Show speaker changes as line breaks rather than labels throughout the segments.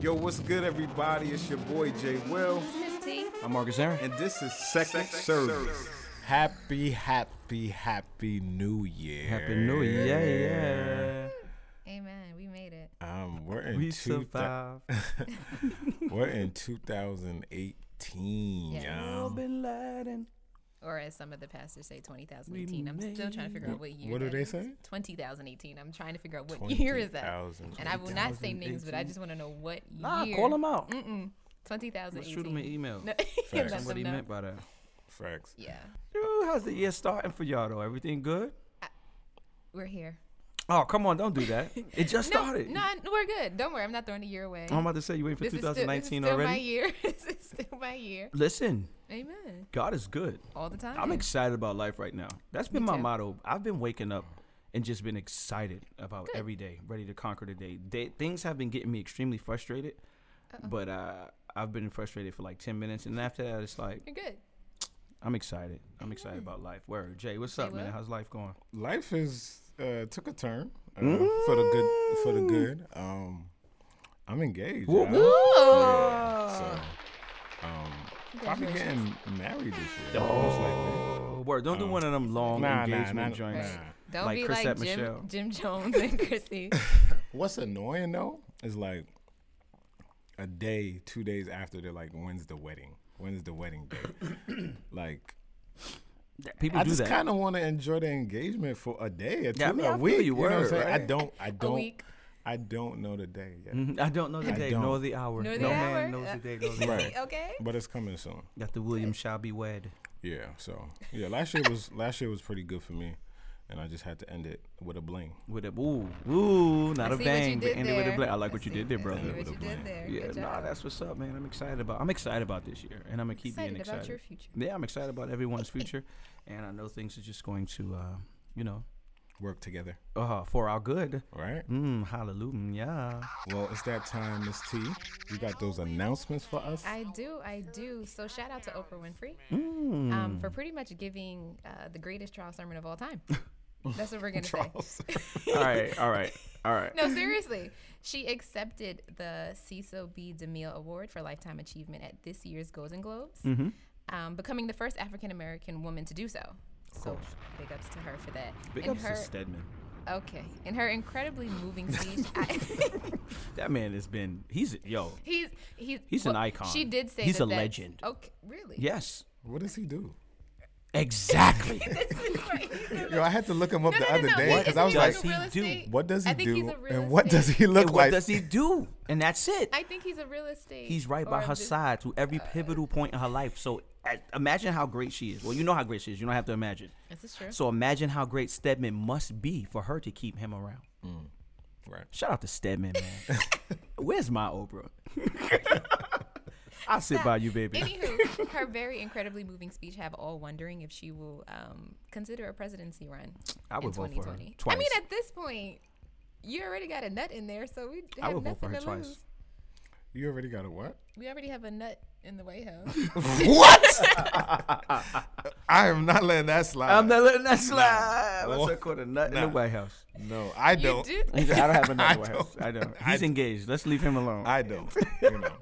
Yo, what's good, everybody? It's your boy Jay Will,
I'm Marcus Aaron.
and this is Second Service. Happy, happy, happy New Year!
Happy New Year. Yeah,
Amen. We made it.
Um, we're in
We
two thou-
survived.
we're in 2018.
Yes.
y'all.
Bin Laden.
Or as some of the pastors say, 20,018. I'm still trying to figure out what year.
What do
that
they
is.
say?
20,018. I'm trying to figure out what year is that.
20,000.
And I will not say names, but I just want to know what
Nah,
year.
call him out. Let's
20,018.
shoot him an email.
No,
Facts.
let
That's
them
what he
know.
meant by that.
Facts.
Yeah.
Dude, how's the year starting for y'all though? Everything good?
We're here.
Oh, come on, don't do that. It Oh just
No,
started.
no, I- we're good. Don't worry. I'm not throwing the year away.
I'm about to say you waiting for
this is still, this is
2019
still my
already.
year. this is still my year.
Listen,
Amen.
God is good.
All the time.
I'm excited about life right now. That's been
Me
my
too.
motto. I've been waking up and just been excited about
Good.
every day, ready to conquer the day. They, things have been getting me extremely frustrated,
Uh-uh.
but uh, I've been frustrated for like 10 minutes. And after that, it's like,
You're good.
I'm excited. I'm excited about life. Word. Jay, what's
Jay,
up, man?
what?
How's life going?
Life is uh, took a turn uh,
Mm-hmm.
for the good. For the good. Um, I'm engaged.
Woo,
y'all.
woo.
Yeah, so, um, probably
Congratulations.
getting married this year. most likely.
Oh, word. Don't do one of them long
Nah, nah,
engagement
nah,
joints.
nah.
Don't
Like
be
Chrisette
like
Michelle.
Jim, Jim Jones and Chrissy.
What's annoying though is like a day, two days after they're like, when's the wedding? When's the wedding day? like,
Th- People
I
do
just
that.
kind of want to enjoy the engagement for a day or two,
Yeah, I mean,
a
I feel
week.
you,
know what I'm
word,
saying? I
right?
don't, I don't,
week.
I don't know the day yet,
Mhm. I don't know the
I
day
don't.
nor the hour.
Nor the
no
hour. Uh.
man knows the day. Nor the hour.
Right.
okay.
but it's coming soon.
Got the William shall be wed.
Yeah, so yeah, last year was last year was pretty good for me, and I just had to end it with a bling.
With a ooh, ooh, not
I
a
see what
bang,
you
but
did
ended with a
there.
bling. I like
I
what you
see-
did there,
I see
brother.
what
With a
you
blank.
did there.
Yeah,
Good
nah,
job.
that's what's up, man. I'm excited about. I'm excited about this year, and I'm gonna keep
excited
being
about
excited.
your future.
yeah, I'm excited about everyone's future, and I know things are just going to, uh, you know,
Work together,
uh, for our good.
right?
Mm, hallelujah, yeah.
Well, it's that time, Miss T. You got those announcements for us?
I do, I do. So shout out to Oprah Winfrey
Mm.
um, for pretty much giving uh, the greatest trial sermon of all time. That's what we're gonna say.
all right, all right, all right.
No, seriously, she accepted the Cecil B. DeMille Award for Lifetime Achievement at this year's Golden Globes,
Mm-hmm.
um, becoming the first African American woman to do so. So big ups to her for that.
Big
In
ups
her-
to Stedman.
Okay. In her incredibly moving speech, I,
That man has been. He's yo.
he's he's
He's an icon.
She did say
He's
that
a
that's-
legend.
Okay, really?
Yes.
What does he do?
Exactly.
This is right.
Yo, I had to look him up
No,
the
no, no,
other
no,
day
he-
because
isn't
I was
he
like,
a
he
real
do?
estate-
what does he
I think he's
do
a real
and what does
estate-
he look
and what
like?
does he do? And that's it.
I think he's a real estate.
He's right
or
by
a
her
bus-
side through every pivotal point in her life. So uh, imagine how great she is. Well, you know how great she is. You don't have to imagine.
This is true.
So imagine how great Stedman must be for her to keep him around.
right.
Shout out to Stedman, man. Where's my Oprah? I sit by you, baby.
Anywho, her very incredibly moving speech have all wondering if she will um, consider a presidency run
I would
in
vote for her
2020.
twice.
I mean, at this point, you already got a nut in there, so we
I
have
would vote
nothing
for her
to
twice.
lose.
You already got a what?
We already have a nut in the White House.
what? I am not letting that slide.
I'm not letting that slide. What's
Well,
that called? A nut in the
nah.
White House.
no, I
you
don't.
do.
I don't have a nut in the
I
White House.
don't.
I don't.
I
He's engaged. Let's leave him alone.
I don't. You know.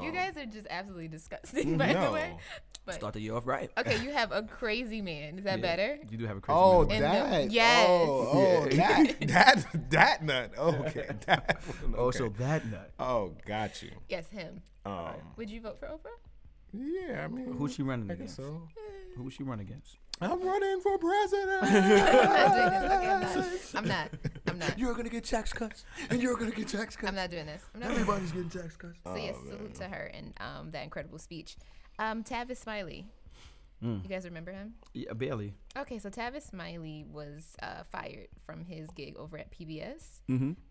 You guys are just absolutely disgusting, by the
No.
way. But
Start the year off right.
okay, you have a crazy man. Is that
Yeah,
better?
You do have a crazy
Oh,
man.
the-
that.
yes.
Oh, oh that, that, that nut. Okay. That one.
Oh,
Okay.
so that nut.
oh, got you.
Yes, him.
Um,
Would you vote for Oprah?
yeah, I mean,
Who's she running
I guess
against?
so.
Who's she running against?
I'm running for president.
I'm not doing this. Okay, I'm not. I'm not. I'm not.
You're gonna get tax cuts.
and you're gonna get tax cuts.
I'm not doing this. I'm not doing
Everybody's getting tax cuts.
So yes, salute to her and um, that incredible speech. Um, Tavis Smiley, you guys remember him?
Yeah, barely.
Okay, so Tavis Smiley was uh, fired from his gig over at PBS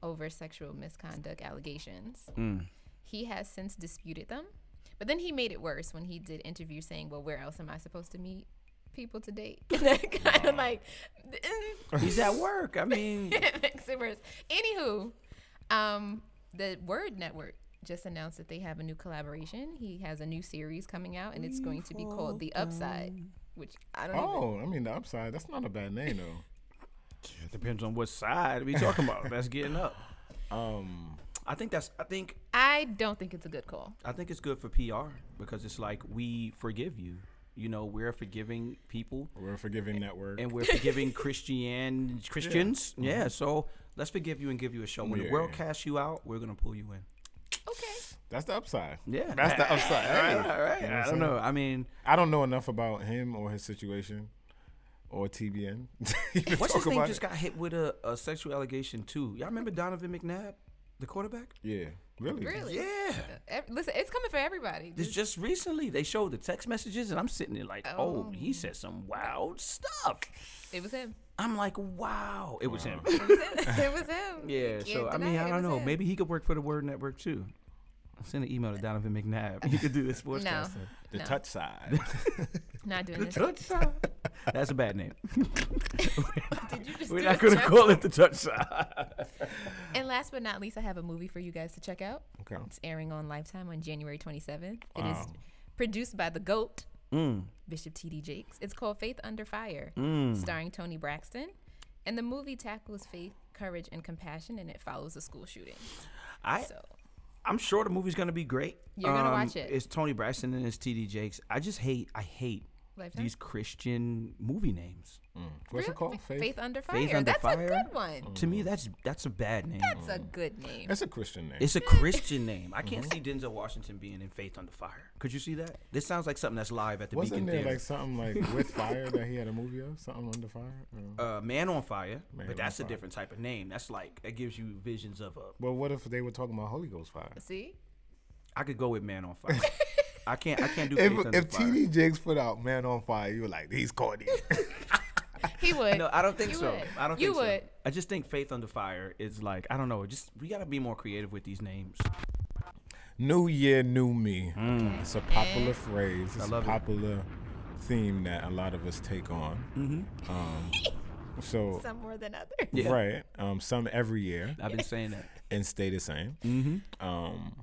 over sexual misconduct allegations. He has since disputed them, but then he made it worse when he did interviews saying, "Well, where else am I supposed to meet people to date?" And that kind of like
He's at work. I mean,
it makes it worse. Anywho, um, the Word Network just announced that they have a new collaboration. He has a new series coming out, and it's going to be called The Upside, which I don't even.
oh, I mean, the upside. That's not a bad name, though.
it depends on what side we talking about. That's getting up.
Um,
I think that's. I think.
I don't think it's a good call.
I think it's good for PR because it's like we forgive you. You know, we're forgiving people
We're a forgiving network.
and we're forgiving Christian Christians. Yeah. Mm-hmm. So let's forgive you and give you a show. When the
Yeah,
world
yeah.
casts you out, we're gonna pull you in.
Okay.
That's the upside.
Yeah.
That's the upside.
All
right?
right. All right.
You know what
I don't
I'm saying?
know. I mean,
I don't know enough about him or his situation or TBN. to even
what's
talk
his name
about
just
it.
got hit with a, a sexual allegation too? Y'all remember Donovan McNabb, the quarterback?
Yeah. Really?
Really?
Yeah.
Ev- Listen, it's coming for everybody.
This just recently they showed the text messages and I'm sitting there like, oh, he said some wild stuff.
It was him.
I'm like, wow, it was him.
It was him. It was him.
Yeah,
You
so
can't
I mean,
deny
I
it. It
don't
was
know.
him.
Maybe he could work for the Word Network too. Send an email to Donovan McNabb. You could do this sportscaster.
No,
The
No.
touch side.
not doing this.
Touch side. That's a bad name.
Did you just
We're
do
not
a
going to
check?
call it the touch side.
And last but not least, I have a movie for you guys to check out.
okay.
It's airing on Lifetime on January 27th. It is
Wow.
produced by the GOAT,
Mm.
Bishop T.D. Jakes. It's called Faith Under Fire, starring Tony Braxton. And the movie tackles faith, courage, and compassion, and it follows a school shooting.
I,
so
I'm sure the movie's going to be great. Um,
You're gonna watch it.
It's Tony Braxton and it's T.D. Jakes. I just hate, I hate
Lifetime?
these Christian movie names.
What's
Really?
it called?
Faith,
Faith.
Under Fire.
Faith Under
That's
Fire? Mm.
a good one.
To me, that's that's a bad name.
That's a good name.
It's a Christian name.
It's a Christian name. I can't
Mm-hmm.
see Denzel Washington being in Faith Under Fire. Could you see that? This sounds like something that's live at the
Wasn't
Beacon
there
Theater.
like something like with fire that he had a movie of? Something under fire? I don't know.
uh, Man on Fire,
Man
but
on
that's a
Fire.
different type of name. That's like that gives you visions of a.
But what if they were talking about Holy Ghost fire?
See?
I could go with Man on Fire. I can't. I can't do
If,
Faith Under
if
Fire.
TD Jakes put out Man on Fire, you were like, he's corny.
He would.
No, I don't think
You
so.
would.
I don't
You
think so.
would.
I just think Faith Under Fire is like I don't know. Just we gotta be more creative with these names.
new Year, New Me. It's a popular phrase. It's
Mm. love
a
it.
popular theme that a lot of us take on. Um, so,
Some more than others.
Mm-hmm. Yeah.
right. Um, some every year
I've been saying that.
and stay the same. Mm-hmm. Um,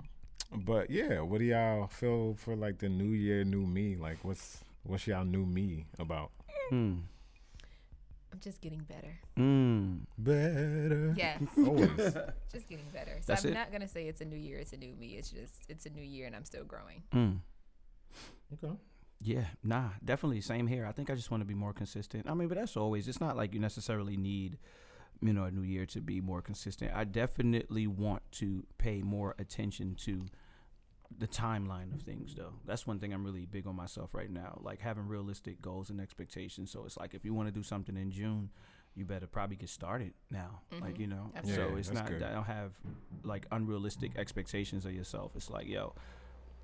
but yeah, what do y'all feel for like the New Year, New Me? Like, what's what's y'all new me about?
Hmm. I'm just getting better. Hmm.
Mm.
Better.
Yes.
Always.
just getting better. So
That's
I'm
it.
not gonna say it's a new year, it's a new me. It's just it's a new year and I'm still growing.
Mm.
Okay.
Yeah, nah, definitely same here. I think I just want to be more consistent. I mean, but that's always. It's not like you necessarily need, you know, a new year to be more consistent. I definitely want to pay more attention to the timeline of things, though. That's one thing I'm really big on myself right now, like having realistic goals and expectations. So it's like if you want to do something in June, you better probably get started now. Like you know,
Absolutely.
so
Yeah,
it's
that's
not.
good.
I don't have like unrealistic expectations of yourself. It's like yo.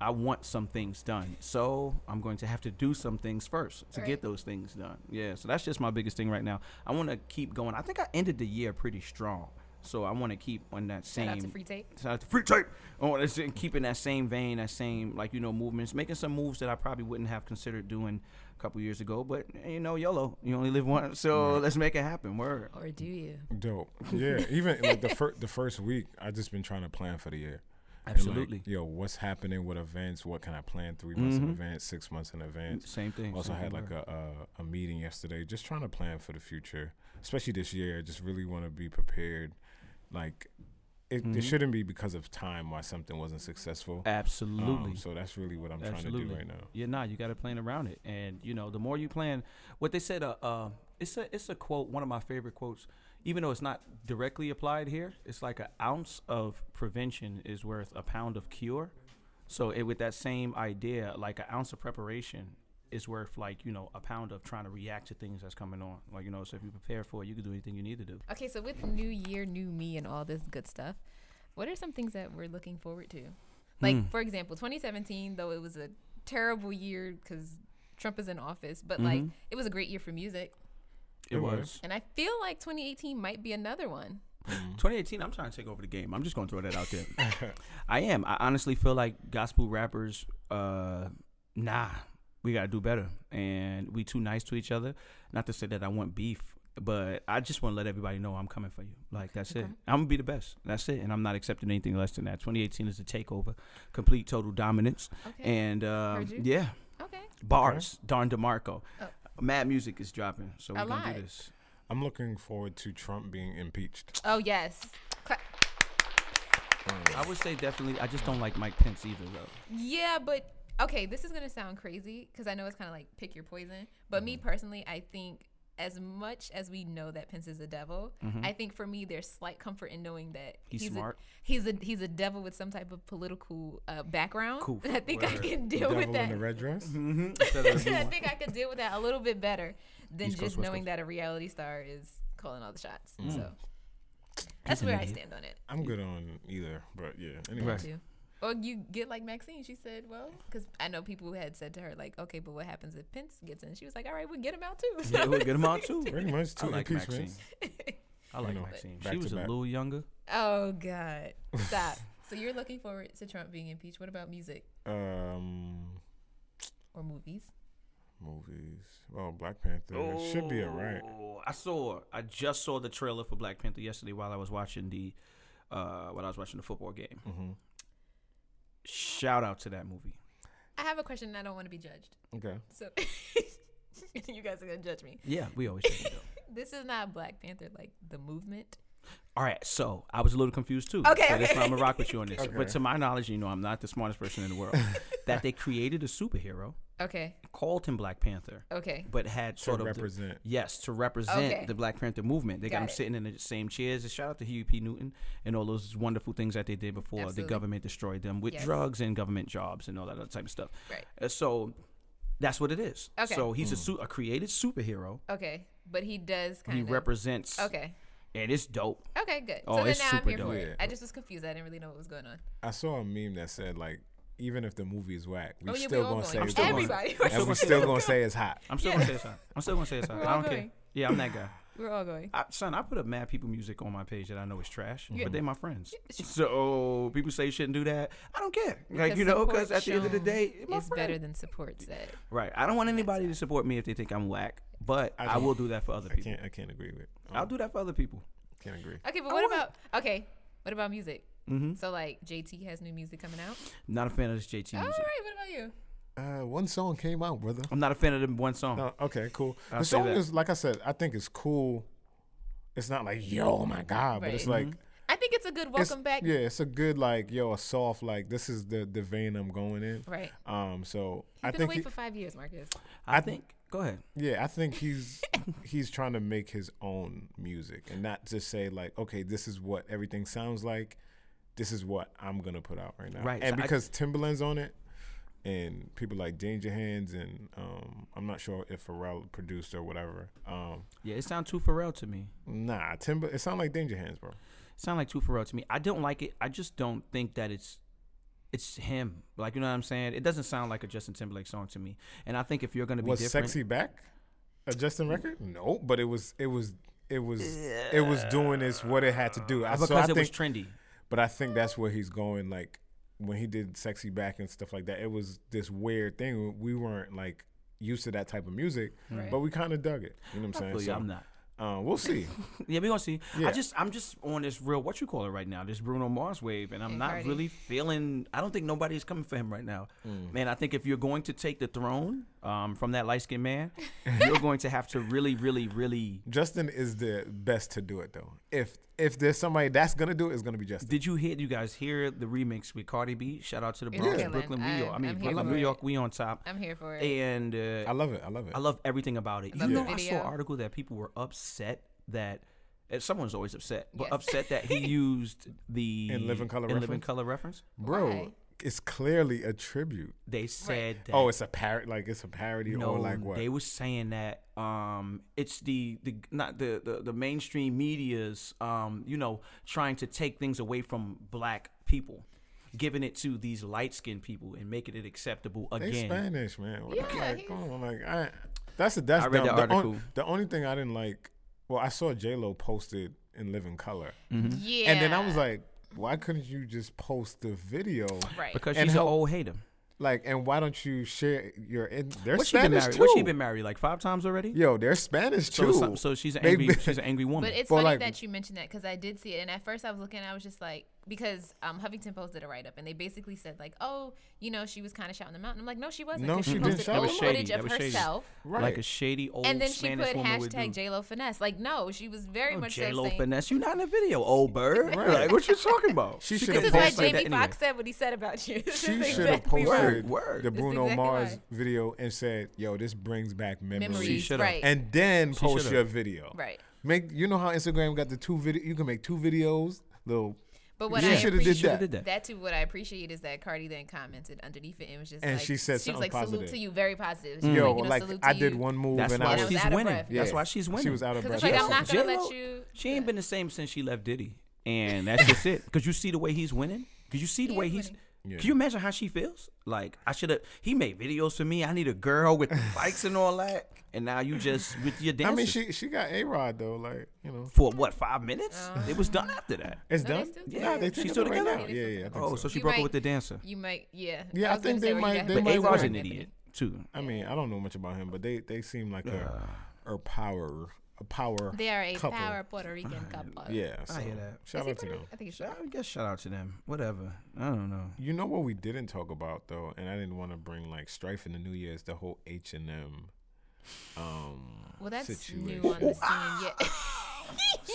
I want some things done. So I'm going to have to do some things first to
Right.
get those things done. Yeah. So that's just my biggest thing right now. I want to keep going. I think I ended the year pretty strong. So I want to keep on that same.
Shout out to Free Tape.
Shout out to Free Tape. I want to keep in that same vein, that same like you know movements, making some moves that I probably wouldn't have considered doing a couple years ago. But eh, you know, YOLO. You only live once, so let's make it happen. Word.
Or do you?
Dope. Yeah. Even like the first the first week, I just been trying to plan for the year. And, like,
Absolutely. Mm-hmm.
yo, what's happening? What events? What can I plan? 3 months in advance, six months in advance.
Same thing.
Also
same
had
thing,
like
word.
a, a a meeting yesterday, just trying to plan for the future, especially this year. I just really want to be prepared. Like, it,
Mm-hmm.
it shouldn't be because of time why something wasn't successful. Um,
absolutely.
so that's really what I'm trying to do right now.
Yeah, nah, you got to plan around it, and you know, the more you plan, what they said, uh, uh, it's a it's a quote, one of my favorite quotes. Even though it's not directly applied here, it's like an ounce of prevention is worth a pound of cure. So it, with that same idea, like an ounce of preparation is worth like you know a pound of trying to react to things that's coming on. Like you know, so if you prepare for it, you can do anything you need to do.
Okay, so with new year, new me and all this good stuff, what are some things that we're looking forward to? Like
Hmm.
for example, 2017, though it was a terrible year cuz Trump is in office, but like
Mm-hmm.
it was a great year for music,
It was.
and I feel like 2018 might be another one.
2018, I'm trying to take over the game. I'm just going to throw that out there. I am. I honestly feel like gospel rappers, uh, nah, we got to do better. And we too nice to each other. Not to say that I want beef, but I just want to let everybody know I'm coming for you. Like, that's it. I'm going to be the best. That's it. And I'm not accepting anything less than that. 2018 is a takeover, complete total dominance.
Okay.
And um,
Heard you.
yeah,
okay.
bars. Darn DeMarco.
Oh.
Mad Music is dropping. So we're going to do
Alive.
this.
I'm looking forward to Trump being impeached.
Oh yes. Cla-
Um,
I would say definitely. I just don't like Mike Pence either, though.
Yeah, but okay, this is gonna sound crazy because I know it's kind of like pick your poison. But me
Mm-hmm.
personally, I think as much as we know that Pence is a devil, I think for me there's slight comfort in knowing that
Mm-hmm. He's smart.
A, he's a he's a devil with some type of political uh, background.
Cool.
I think I can
The
deal
devil
with that.
in the red dress.
Mm-hmm.
I think I could deal with that a little bit better than
East Coast,
just
West
knowing
Coast. Mm.
that a reality star is calling all the shots. So
He's
that's
an
where I
idiot.
stand on it.
I'm good on either, but yeah. Anyway,
Right.
too. Or you get like Maxine, she said, well, because I know people who had said to her, like, okay, but what happens if Pence gets in? She was like, all right, we'll get him out too.
Yeah, we'll get him out too.
pretty much
I
two
like Maxine.
impeachments.
I like
know,
Maxine.
back
She
to
was a
back.
little younger.
Oh, God. Stop. so you're looking forward to Trump being impeached. What about music
Um,
or movies?
movies. Well, Black Panther it should be alright.
Oh, I saw. I just saw the trailer for Black Panther yesterday while I was watching the, uh, while I was watching the football game.
Mm-hmm.
Shout out to that movie.
I have a question and I don't want to be judged.
Okay.
So you guys are going to judge me.
Yeah, we always. Should though.
This is not Black Panther, like the movement.
All right, so I was a little confused too.
Okay,
so that's
okay.
why I'm gonna rock with you on this.
Okay.
But to my knowledge, you know, I'm not the smartest person in the world. that they created a superhero,
Okay.
called him Black Panther,
Okay.
but had
To
sort of the,
represent.
yes to represent
Okay.
the Black Panther movement. They got,
Got
him
it.
sitting in the same chairs. And shout out to Huey P. Newton and all those wonderful things that they did before the
Absolutely.
government destroyed them with
Yes.
drugs and government jobs and all that other type of stuff.
Right.
Uh, So that's what it is.
Okay.
So he's a,
Hmm.
su- a created superhero.
Okay. But he does kind
He
of.
represents,
okay.
and it's dope.
Okay, good.
Oh,
so then
it's
now I'm
super
here
dope.
for it.
Yeah.
I just was confused. I didn't really know what was going on.
I saw a meme that said like, even if the movie is whack, we
Oh, yeah, we all
still gonna
going.
say
I'm
it's
still
hot.
going. Everybody.
and we still gonna say it's hot.
I'm still gonna say it's hot. I'm still gonna say it's hot.
We're
I
all
don't care.
going.
Yeah, I'm that guy.
We're all going.
I, son, I put up mad people music on my page that I know is trash, but they my friends. So people say you shouldn't do that. I don't care. like
Because
you know,
support
because at the end of the
shown
day, my
is
friend.
better than support said.
Right. I don't want anybody to support me if they think I'm whack, but
I
I,
don't-
will do that for other
I
people.
can't. I can't agree with. I
I'll do that for other people.
can't agree.
Okay, but what
I want-
about okay? What about music? Mm-hmm. So like JT has new music coming out.
Not a fan of this JT
All right,
music.
what about you?
Uh, one song came out, brother.
I'm not a fan of them one song.
No, okay, cool.
I'll
the
say
song
that.
is like I said. I think it's cool. It's not like yo, oh my god, but it's like
Mm-hmm.
I think it's a good
it's-
welcome back.
Yeah, it's a good like yo, a soft like this is the the vein I'm going in.
Right.
Um,
You've
so I
been
think
away
he-
for five years, Marcus.
I,
I-
think. Go ahead.
yeah, I think he's he's trying to make his own music and not just say like, okay, this is what everything sounds like. This is what I'm gonna put out right now.
Right,
And
so I-
because Timberland's on it, and people like Danger Hands, and um, I'm not sure if Pharrell produced or whatever. Um,
Yeah, it sounds too Pharrell to me.
nah, Timber. It sounds like Danger Hands, bro.
sound like too Pharrell to me. I don't like it. I just don't think that it's it's him. Like you know what I'm saying? It doesn't sound like a Justin Timberlake song to me. And I think if you're gonna be
Was
different,
Sexy back? A Justin record? No, but it was. It was. It was. It was doing its what it had to do. I,
Uh, because
so I
it
think
was trendy.
But I think that's where he's going. Like when he did "Sexy Back" and stuff like that, it was this weird thing. We weren't like used to that type of music, but we kind of dug it. You know what
I
I'm
feel you, I'm
saying?
not.
So, um, we'll see.
Yeah, we gonna see.
Yeah.
I just I'm just on this real what you call it right now, this Bruno Mars wave, and I'm
And
not
Cardi.
really feeling. I don't think nobody's coming for him right now,
Mm.
man. I think if you're going to take the throne um, from that light skinned man, you're going to have to really, really, really.
Justin is the best to do it though. If if there's somebody that's gonna do it, it's gonna be Justin.
Did you hear? You guys hear the remix with Cardi B? Shout out to the
It's
Bronx,
killing.
Brooklyn. We
I-
are- I mean,
I'm here
Brooklyn,
for
New
it.
York. We on top,
I'm here for it.
and
I
uh,
love it. I love it.
I love everything about it.
love
you
the
know, I saw
video.
an article that people were upset that. and Someone's always upset, but
Yes.
upset that he used the
In Living Colour
in Living
reference?
Colour reference.
Bro,
Why?
it's clearly a tribute.
They said that.
Oh, it's a parody. Like it's a parody
no,
or like what?
they were saying that um, it's the, the not the, the the mainstream media's um, you know trying to take things away from black people, giving it to these light skinned people and making it acceptable
They
again.
Spanish, man. What-
Yeah,
like,
he's-
come on, like I, that's a, that's
I read that
dumb. the, on-
article.
the only thing I didn't like, well, I saw J Lo posted in Living Color,
yeah.
and then I was like, why couldn't you just post the video?
right.
Because
And
she's
how-
an old hater.
Like, and why don't you share your? In, they're
What she been
Spanish
married?
too.
What she been married like five times already?
Yo, they're Spanish
So,
too.
some- so she's an
They
angry.
been-
she's an angry woman.
But it's
But
funny
like-
that you mentioned that because I did see it, and at first I was looking, I was just like, because um, Huffington Post did a write up and they basically said like, oh, you know, she was kind of shouting them out. And I'm like, no, she wasn't.
No,
'cause
she
she
didn't
posted
shout
old
them out.
footage
That
of
was shady. That was
herself,
Right.
Like a shady old
and then she
Spanish
put
woman would do.
hashtag J Lo finesse. Like, no, she was very
Oh,
much so
J-Lo
saying-
finesse. You not in the video, old bird.
Right.
Like, what you talking about?
She
She
This
should have
is
post
why
posted.
like
Jamie
that anyway.
Fox said what he said about you. This
she
is
should have
exactly right.
posted
Word.
the
That's
Bruno
exactly
Mars
right.
video and said, "Yo, this brings back memories."
memories.
should've.
right.
And then post
should've.
your video.
right.
Make you know how Instagram got the two video. You can make two videos. Little
But what
She
I
shoulda did
appreciate
that.
that.
Did that.
too, what I appreciate is that Cardi then commented underneath the image, just
And
like,
she
she
said
was
something
like,
positive.
"Salute to you," very positive. She was
yo,
Hmm. like, you know,
like
salute to
I did
you.
one move
That's
and
why
I
And I
was
was
she's
out of
winning.
breath.
That's
Yeah.
why she's winning.
She was out of
Because
breath.
it's like
J-Lo-
I'm not gonna let
J-Lo-
you.
She ain't been the same since she left Diddy, and that's just it. Cause you see the way he's winning. Cause you see the
He
way
is
he's.
winning.
Yeah.
Can you imagine how she feels? Like I should have. He made videos for me. I need a girl with bikes and all that. And now you just with your
I
dancing
mean, she she got a Rod though. Like you know,
for what five minutes?
Uh-huh.
it was done after that.
it's
No, they
done.
still
Yeah,
together.
they
She's
took
still
it right
together?
now.
Yeah, they
Yeah, yeah.
still
I think
Oh,
so.
so she
You
broke up
might-
with the dancer.
You might, yeah.
Yeah, I
was gonna
think
say,
they
or you
might-
got-
they
but
might
But
They
Agar's
were-
an idiot too.
I mean, I don't know much about him, but they they seem like a a power a power.
They are a
couple.
power Puerto Rican couple.
Yeah, so
I hear that.
Shout
Is he
out to
Puerto-
them.
I think it's
Shout- I guess shout out to them. Whatever. I don't know.
You know what we didn't talk about though, and I didn't want to bring like strife in the New Year's. The whole H and M. Um,
well, that's
situation.
new on the scene. Yeah, yeah.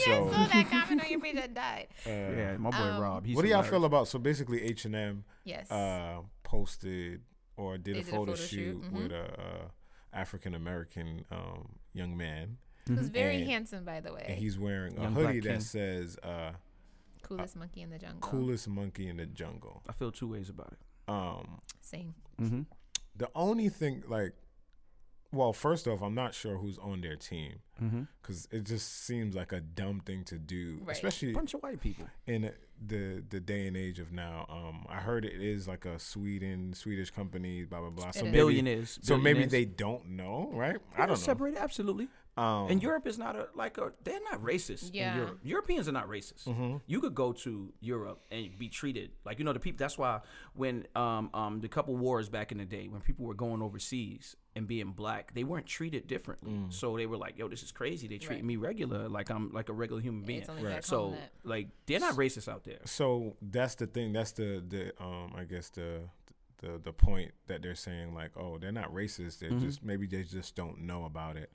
So-
I saw that comment on your page. I died.
Yeah, my boy
Um,
Rob. He's
what do y'all
hilarious.
feel about? So basically, H and M
Yes.
uh, posted or did,
They
a,
did a
photo
photo
shoot
shoot, mhm.
with a, uh African American um, young man,
Who's very
and-
handsome, by the
and
way.
he's wearing a
Young Black
hoodie
King.
that says uh,
Coolest monkey in the jungle.
"Coolest Monkey in the Jungle."
I feel two ways about it.
Um,
Same.
Mm-hmm.
the only thing, like, well, first off, I'm not sure who's on their team
Mm-hmm.
because it just seems like a dumb thing to do,
Right.
especially
Bunch of white people.
in the the day and age of now. Um, I heard it is like a Sweden Swedish company, blah blah blah.
It
So
is.
maybe,
Billionaires.
So maybe
billionaires.
they don't know, right? I
Yeah,
don't know.
Separated, absolutely.
Um,
and Europe is not a like a. They're not racist.
Yeah.
In Europe. Europeans are not racist.
Mm-hmm.
You could go to Europe and be treated like you know the people. That's why when um um the couple wars back in the day when people were going overseas and being black, they weren't treated differently.
Mm.
So they were like, "Yo, this is crazy. They treat
Right.
me regular, like I'm like a regular human being."
it's only Right. back
So
home that-
like they're not racist out there.
so that's the thing. That's the the um, I guess the the the point that they're saying like, oh, they're not racist.
Mm-hmm.
They're just maybe they just don't know about it.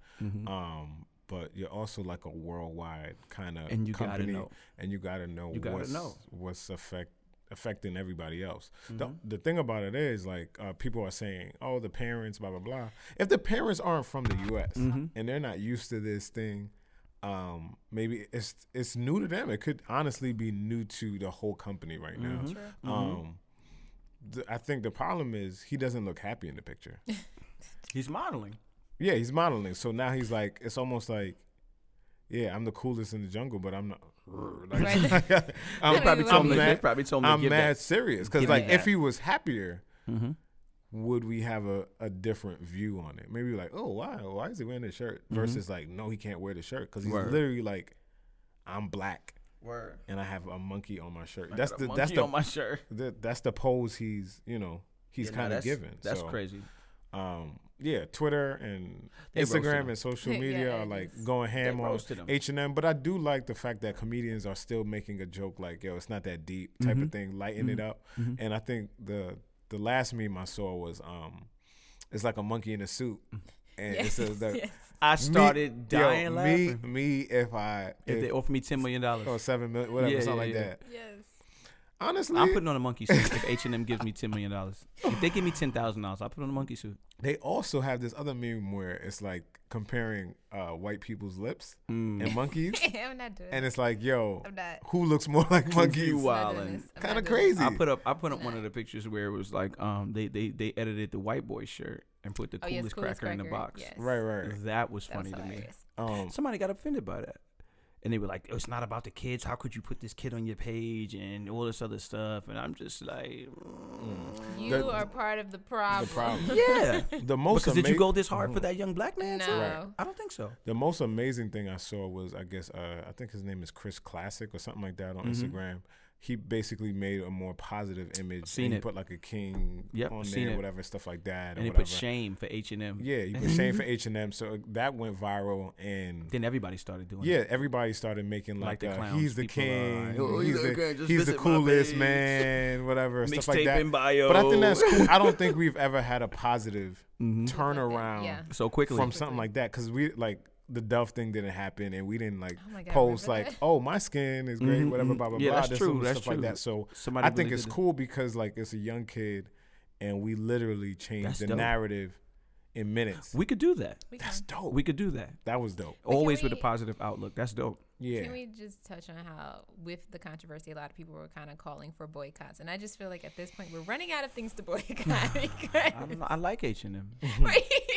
Um, but you're also like a worldwide kind of
And you gotta
company,
know.
and you gotta know
You gotta
what's
know.
what's affect affecting everybody else.
Mm-hmm.
The, the thing about it is like uh, people are saying, oh, the parents, blah blah blah. If the parents aren't from the U.S.
Mm-hmm.
and they're not used to this thing. Um, maybe it's it's new to them. It could honestly be new to the whole company right
Mm-hmm.
now. Um, th- I think the problem is he doesn't look happy in the picture.
He's modeling.
Yeah, he's modeling. So now he's like, it's almost like, yeah, I'm the coolest in the jungle, but I'm not. Like, I'm,
They probably told him to-
mad-
they probably told him to
I'm
give
mad
that- Mm-hmm.
serious because
give me
like if
that.
he was happier, would we have a, a different view on it? Maybe like, oh why why is he wearing this shirt?
Mm-hmm.
Versus like, no, he can't wear the shirt because he's
Word.
literally like, I'm black
Word.
and I have a monkey on my shirt. That's the
monkey
that's the,
on my shirt.
the that's the pose he's you know he's
Yeah, nah,
kind of
that's-
given.
That's
So,
crazy.
um, yeah, Twitter and
They roasted
Instagram
him.
and social
Yeah,
media are
it
like
is.
going ham
They
on
roasted him.
H and M. But I do like the fact that comedians are still making a joke like, "Yo, it's not that deep" type
Mm-hmm.
of thing, lighten it up. And I think the the last meme I saw was um, it's like a monkey in a suit, and it says that.
yes.
I
"Me-
Mm-hmm. started
yo,
dying laughing.
Me, me, if I
if they offer me ten million dollars.
or seven million, whatever,
Yeah,
something
yeah,
like
yeah.
that.
Yes.
Honestly,
I'm putting on a monkey suit if H and M gives me ten million dollars. If they give me ten thousand dollars, I'll put on a monkey suit.
they also have this other meme where it's like comparing uh, white people's lips
Mm.
and monkeys.
I'm not doing.
and it's like, yo,
I'm not-
who looks more like monkeys?
You
I'm not doing
wildin'.
this. I'm
Kind of
not doing this.
crazy.
I put up I put up one of the pictures where it was like um they they, they edited the white boy shirt and put the
Oh,
coolest,
yes, coolest
cracker, in the
cracker,
box.
yes.
right, right.
That was
That was
funny to me.
hilarious.
Um,
Somebody got offended by that. And they were like, "Oh, it's not about the kids. How could you put this kid on your page and all this other stuff? And I'm just like,
You
That-
are part of the problem.
problem.
yeah.
the most
because did you
ama- Mhm.
go this hard
Oh.
for that young black man? too?
No.
I don't think so.
The most
Mm-hmm.
amazing thing I saw was, I guess, uh, I think his name is Chris Classic or something like that on Instagram. he basically made a more positive image.
Seen
and he
it.
put like a king
Yep,
on
seen
there,
it.
whatever stuff like that, or
and he
Oh, whatever.
put shame for H and M.
yeah, you put shame for H and M, so that went viral, and
Then everybody started doing. it.
yeah, everybody started making
Like
like,
the
uh,
clowns,
he's the
people are
king,
like,
"Oh,
he's
he's the
the,
king, just
he's the
visit my
coolest
page."
man, whatever stuff like
Mixtape
that.
in bio.
But I think that's cool. I don't think we've ever had a positive turnaround
Yeah.
so quickly.
from something like that because we like the Dove thing didn't happen and we didn't like
Oh my God,
post
remember
like
that?
oh my skin is great
Mhm,
whatever
mhm.
blah blah
Yeah,
blah
that's
There's
true,
some
that's
stuff like
true.
that so
Somebody
I think
really
it's
did it.
cool because like it's a young kid and we literally changed
That's
the
dope.
narrative in minutes
we could do that.
We
that's
can,
dope
We could do that.
that was dope
Always with a
we-
positive outlook. That's dope.
yeah
can we just touch on how, with the controversy, a lot of people were kind of calling for boycotts, and I just feel like at this point we're running out of things to boycott. because-
I, I like H and M.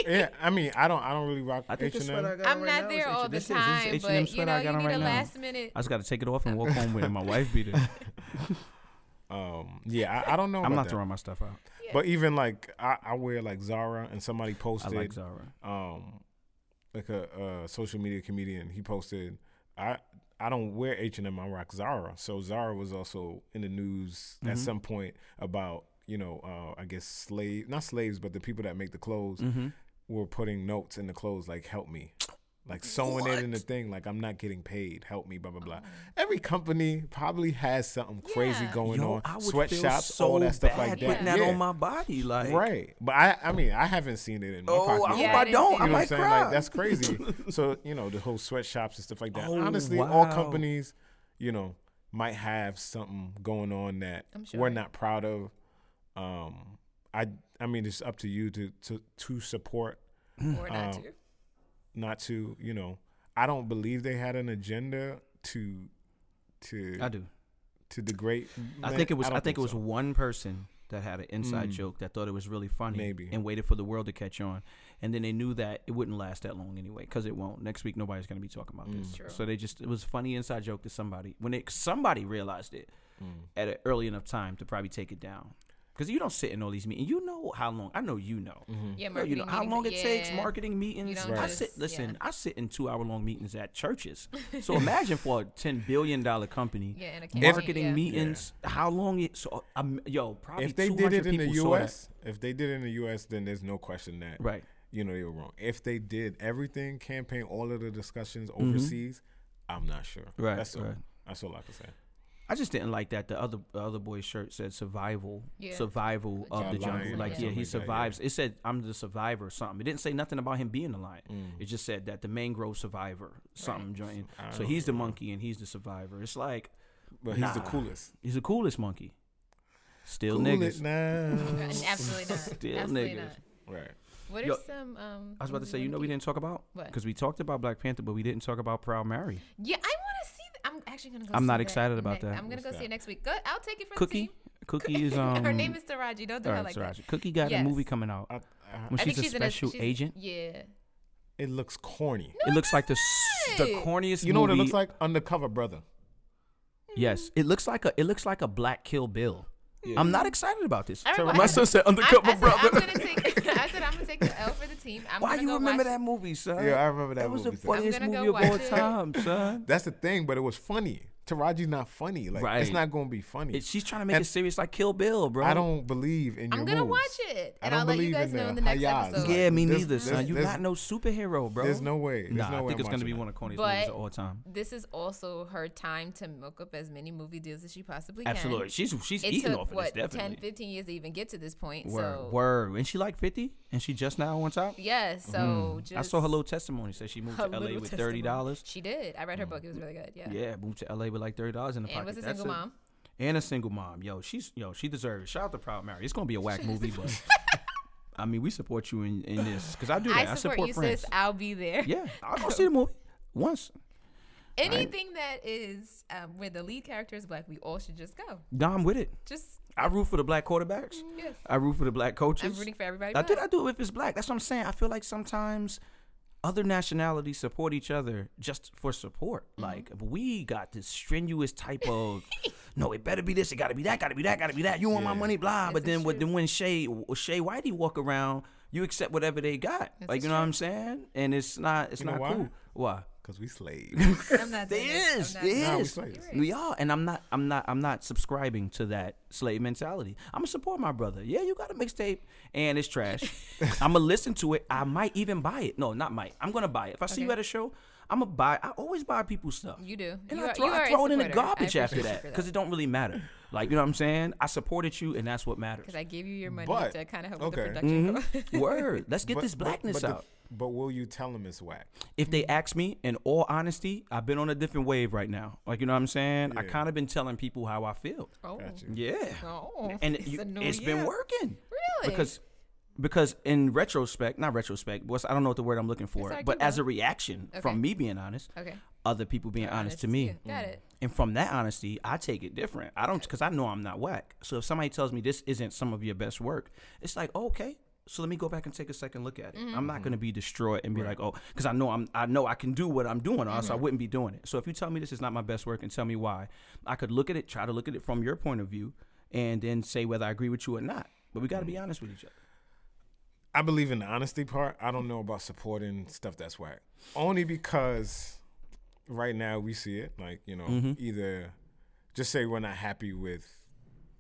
yeah I mean I don't I don't really rock
I think
H
it's
and
But I
M
got
I'm
right
not
now is
there all the
this is- this is
time,
H&M
but you
sweater
know
I got
you
on
need
right
a
now.
last minute.
I just got to take it off and walk home with it. My wife beat it.
um yeah I, I don't know
I'm
about
not
that.
throwing my stuff out.
but even like I, I wear like Zara and somebody
I
posted
like Zara.
um like a, a social media comedian he posted i i don't wear h&m i rock zara so zara was also in the news
Mm-hmm.
at some point about you know uh, i guess slave not slaves but the people that make the clothes
Mm-hmm.
Mm-hmm.
were putting notes in the clothes like help me like sewing it in the thing like i'm not getting paid help me blah blah
Oh.
blah every company probably has something crazy
Yeah.
going
Yo,
on
I would feel
sweatshops
so
all that stuff
bad
like that
putting that
Yeah.
on my body, like
right but i i mean i haven't seen it in my
Oh, I
pocket
hope
Yeah, I
I
didn't see that.
don't. I
you know what I'm
might
saying?
cry.
Like that's crazy. so you know the whole sweatshops and stuff like that.
Oh,
Honestly, all
wow.
companies, you know, might have something going on that
I'm sure.
we're not proud of. Um, I I mean, it's up to you to to to support,
or not
Um,
to.
not to. You know, I don't believe they had an agenda to to
I do.
to degrade.
I
men.
think it was. I,
don't
think, it was
so. Hmm.
one person that had an inside joke that thought it was really funny,
Maybe.
and waited for the world to catch on, and then they knew that it wouldn't last that long anyway, because it won't. Next week, nobody's going to be talking about this.
True.
So they just it was a funny inside joke to somebody when it somebody realized it
Mm.
at an early enough time to probably take it down. Because you don't sit in all these meetings. You know how long. I know you know.
Mm-hmm.
Yeah,
No, you know how
meetings,
long it takes
yeah.
marketing meetings.
don't
I
just-
sit. Listen,
yeah.
I sit in two hour long meetings at churches. So imagine for a ten billion dollar company,
Yeah, and a campaign,
marketing
yeah.
meetings. How long it? So um, yo, probably
If they did
200
it in the
people saw that.
U.S., if they did it in the U.S., then there's no question that
right?
you know they were wrong. If they did everything, campaign all of the discussions overseas, I'm not sure.
Mm-hmm. Right,
That's all.
right.
That's all I can say.
I just didn't like that. The other the other boy's shirt said "survival,
Yeah.
survival of the
jungle.
jungle."
Lion
Like,
or
yeah, he
something like that,
survives. It said, "I'm the survivor." or Something. It didn't say nothing about him being a lion.
Mm.
It just said that the mangrove survivor. Something. joint. So he's the monkey and he's the survivor. It's like
But he's the
Nah.
coolest.
he's the coolest monkey. Still
Cool
niggas.
it
And
now.
Absolutely not.
Still
Absolutely
niggas.
not.
right.
What are
Yo,
some? Um,
I was about to
things
say, you know, we
wanna
didn't talk about
What?
because we talked about Black Panther, but we didn't talk about Proud Mary.
get? Yeah, I want to see. th- I'm actually gonna go.
I'm
see
not
that
excited about
next-
that.
I'm gonna
What's
go see it
that?
next week. Good. I'll take it for
Cookie,
the team.
Cookie is um.
Her name is Taraji. Don't do
all
her like
right, Saraji.
that.
Cookie got
Yes.
a movie coming out.
I, I,
When she's,
think
a
she's in a-
special
she's a-
agent.
Yeah.
it looks corny.
it looks like the
it's
s- the
not.
corniest.
You know what it
movie-
looks like? Undercover brother.
Yes, it looks like a it looks like a black Kill Bill. I'm not excited about this.
I remember
My
I
son
said-
said
I, I
undercover
said,
brother.
I'm gonna take. I said I'm gonna take the L for the team. I'm
Why
gonna
you
go
remember
watch-
that movie, son?
Yeah, I remember that
That was the
movie, son. I'm
funniest
gonna go
movie of
watch
all
it.
time, son.
That's the thing, but it was funny. Taraji's not funny. Like
Right.
it's not gonna be funny.
It- she's trying to make
And-
it serious like Kill Bill, bro.
I don't believe in your
I'm gonna
moves.
watch it,
I
and
don't
I'll let you
believe
guys
in
know
the
in the next
hayas.
episode.
Yeah, me
There's-
neither,
there's-
son. You
there's-
not no superhero, bro.
There's no way. There's
nah,
no
I
way
think
I'm
it's gonna
watching
be
that.
one of the corniest movies
But-
of all time.
This is also her time to milk up as many movie deals as she possibly can.
Absolutely, she's she's
It
eating
took
off of
what
this
10,
definitely.
15 years to even get to this point.
Word,
so
word. And she like 50? And she just now on top?
yeah, so just
Mm-hmm. I saw her little testimony. Said she moved
her
to LA
little
with
testimony.
$30.
She did. I read her book. It was really good. Yeah.
Yeah, moved to LA with like $30 in the pocket.
And was a
That's
single mom.
And a single mom. Yo, she's yo, she deserves it. Shout out to Proud Mary. It's gonna be a whack movie, but I mean we support you in, in this. Cause I do that. I,
I support, you,
friends.
sis. I'll be there.
yeah. I'll go see the movie. Once.
Anything that is um, where the lead character is black, we all should just go.
Nah, I'm with it.
Just
I root for the black quarterbacks.
yes.
I root for the black coaches.
I'm rooting for everybody.
I did.
black.
I do it if it's black. That's what I'm saying. I feel like sometimes other nationalities support each other just for support. Like we got this strenuous type of no, it better be this. It got to be that. Got to be that. Got to be that. You want my money, blah. but then, what, then when Shay Shay Whitey walk around, you accept whatever they got. like you know what I'm saying? And it's not. It's
know
not
why?
cool. Why?
Cause we slaves.
I'm not
There
doing this. I'm
is,
not
there
doing
Nah, we
is.
slaves.
You're right.
We are, and I'm not, I'm not, I'm not subscribing to that slave mentality. I'm gonna support my brother. Yeah, you got a mixtape, and it's trash. I'm gonna listen to it. I might even buy it. No, not might. I'm gonna buy it. If I see you
Okay.
at a show, I'm gonna buy. I always buy people stuff.
You do.
and
You
I
are-
throw,
you
I
are a
throw it in the
supporter. I
garbage
appreciate
after
you
that
for that.
because it don't really matter. Like you know what I'm saying? I supported you, and that's what matters.
Because I gave you your money
But-
to kind of help
okay.
with the production.
Mm-hmm.
cost.
Word. Let's get
But-
this
but-
blackness
but the-
out.
but will you tell them it's whack?
if they ask me, in all honesty, I've been on a different wave right now. Like you know what I'm saying? I
Yeah.
kind of been telling people how I feel.
oh.
Gotcha.
Yeah.
Oh,
and
it's
you,
a new
it's been
year.
working
Really?
because because in retrospect, not retrospect, what's I don't know what the word I'm looking for,
It's like,
but
you
as
know.
a reaction
Okay.
from me being honest,
okay, honest,
other people being honest, to
to
me.
you. Got it.
And from that honesty, I take it different. I don't because I know I'm not whack. So if somebody tells me this isn't some of your best work, it's like oh, okay. So let me go back and take a second look at it. I'm
Mm-hmm.
not going to be destroyed and be like, oh, because I know I'm, I know I can do what I'm doing, or else I
Mm-hmm.
wouldn't be doing it. So if you tell me this is not my best work and tell me why, I could look at it, try to look at it from your point of view, and then say whether I agree with you or not. But we got to
Mm-hmm.
be honest with each other.
I believe in the honesty part. I don't know about supporting stuff that's whack. Only because right now we see it. Like, you know, either just say we're not happy with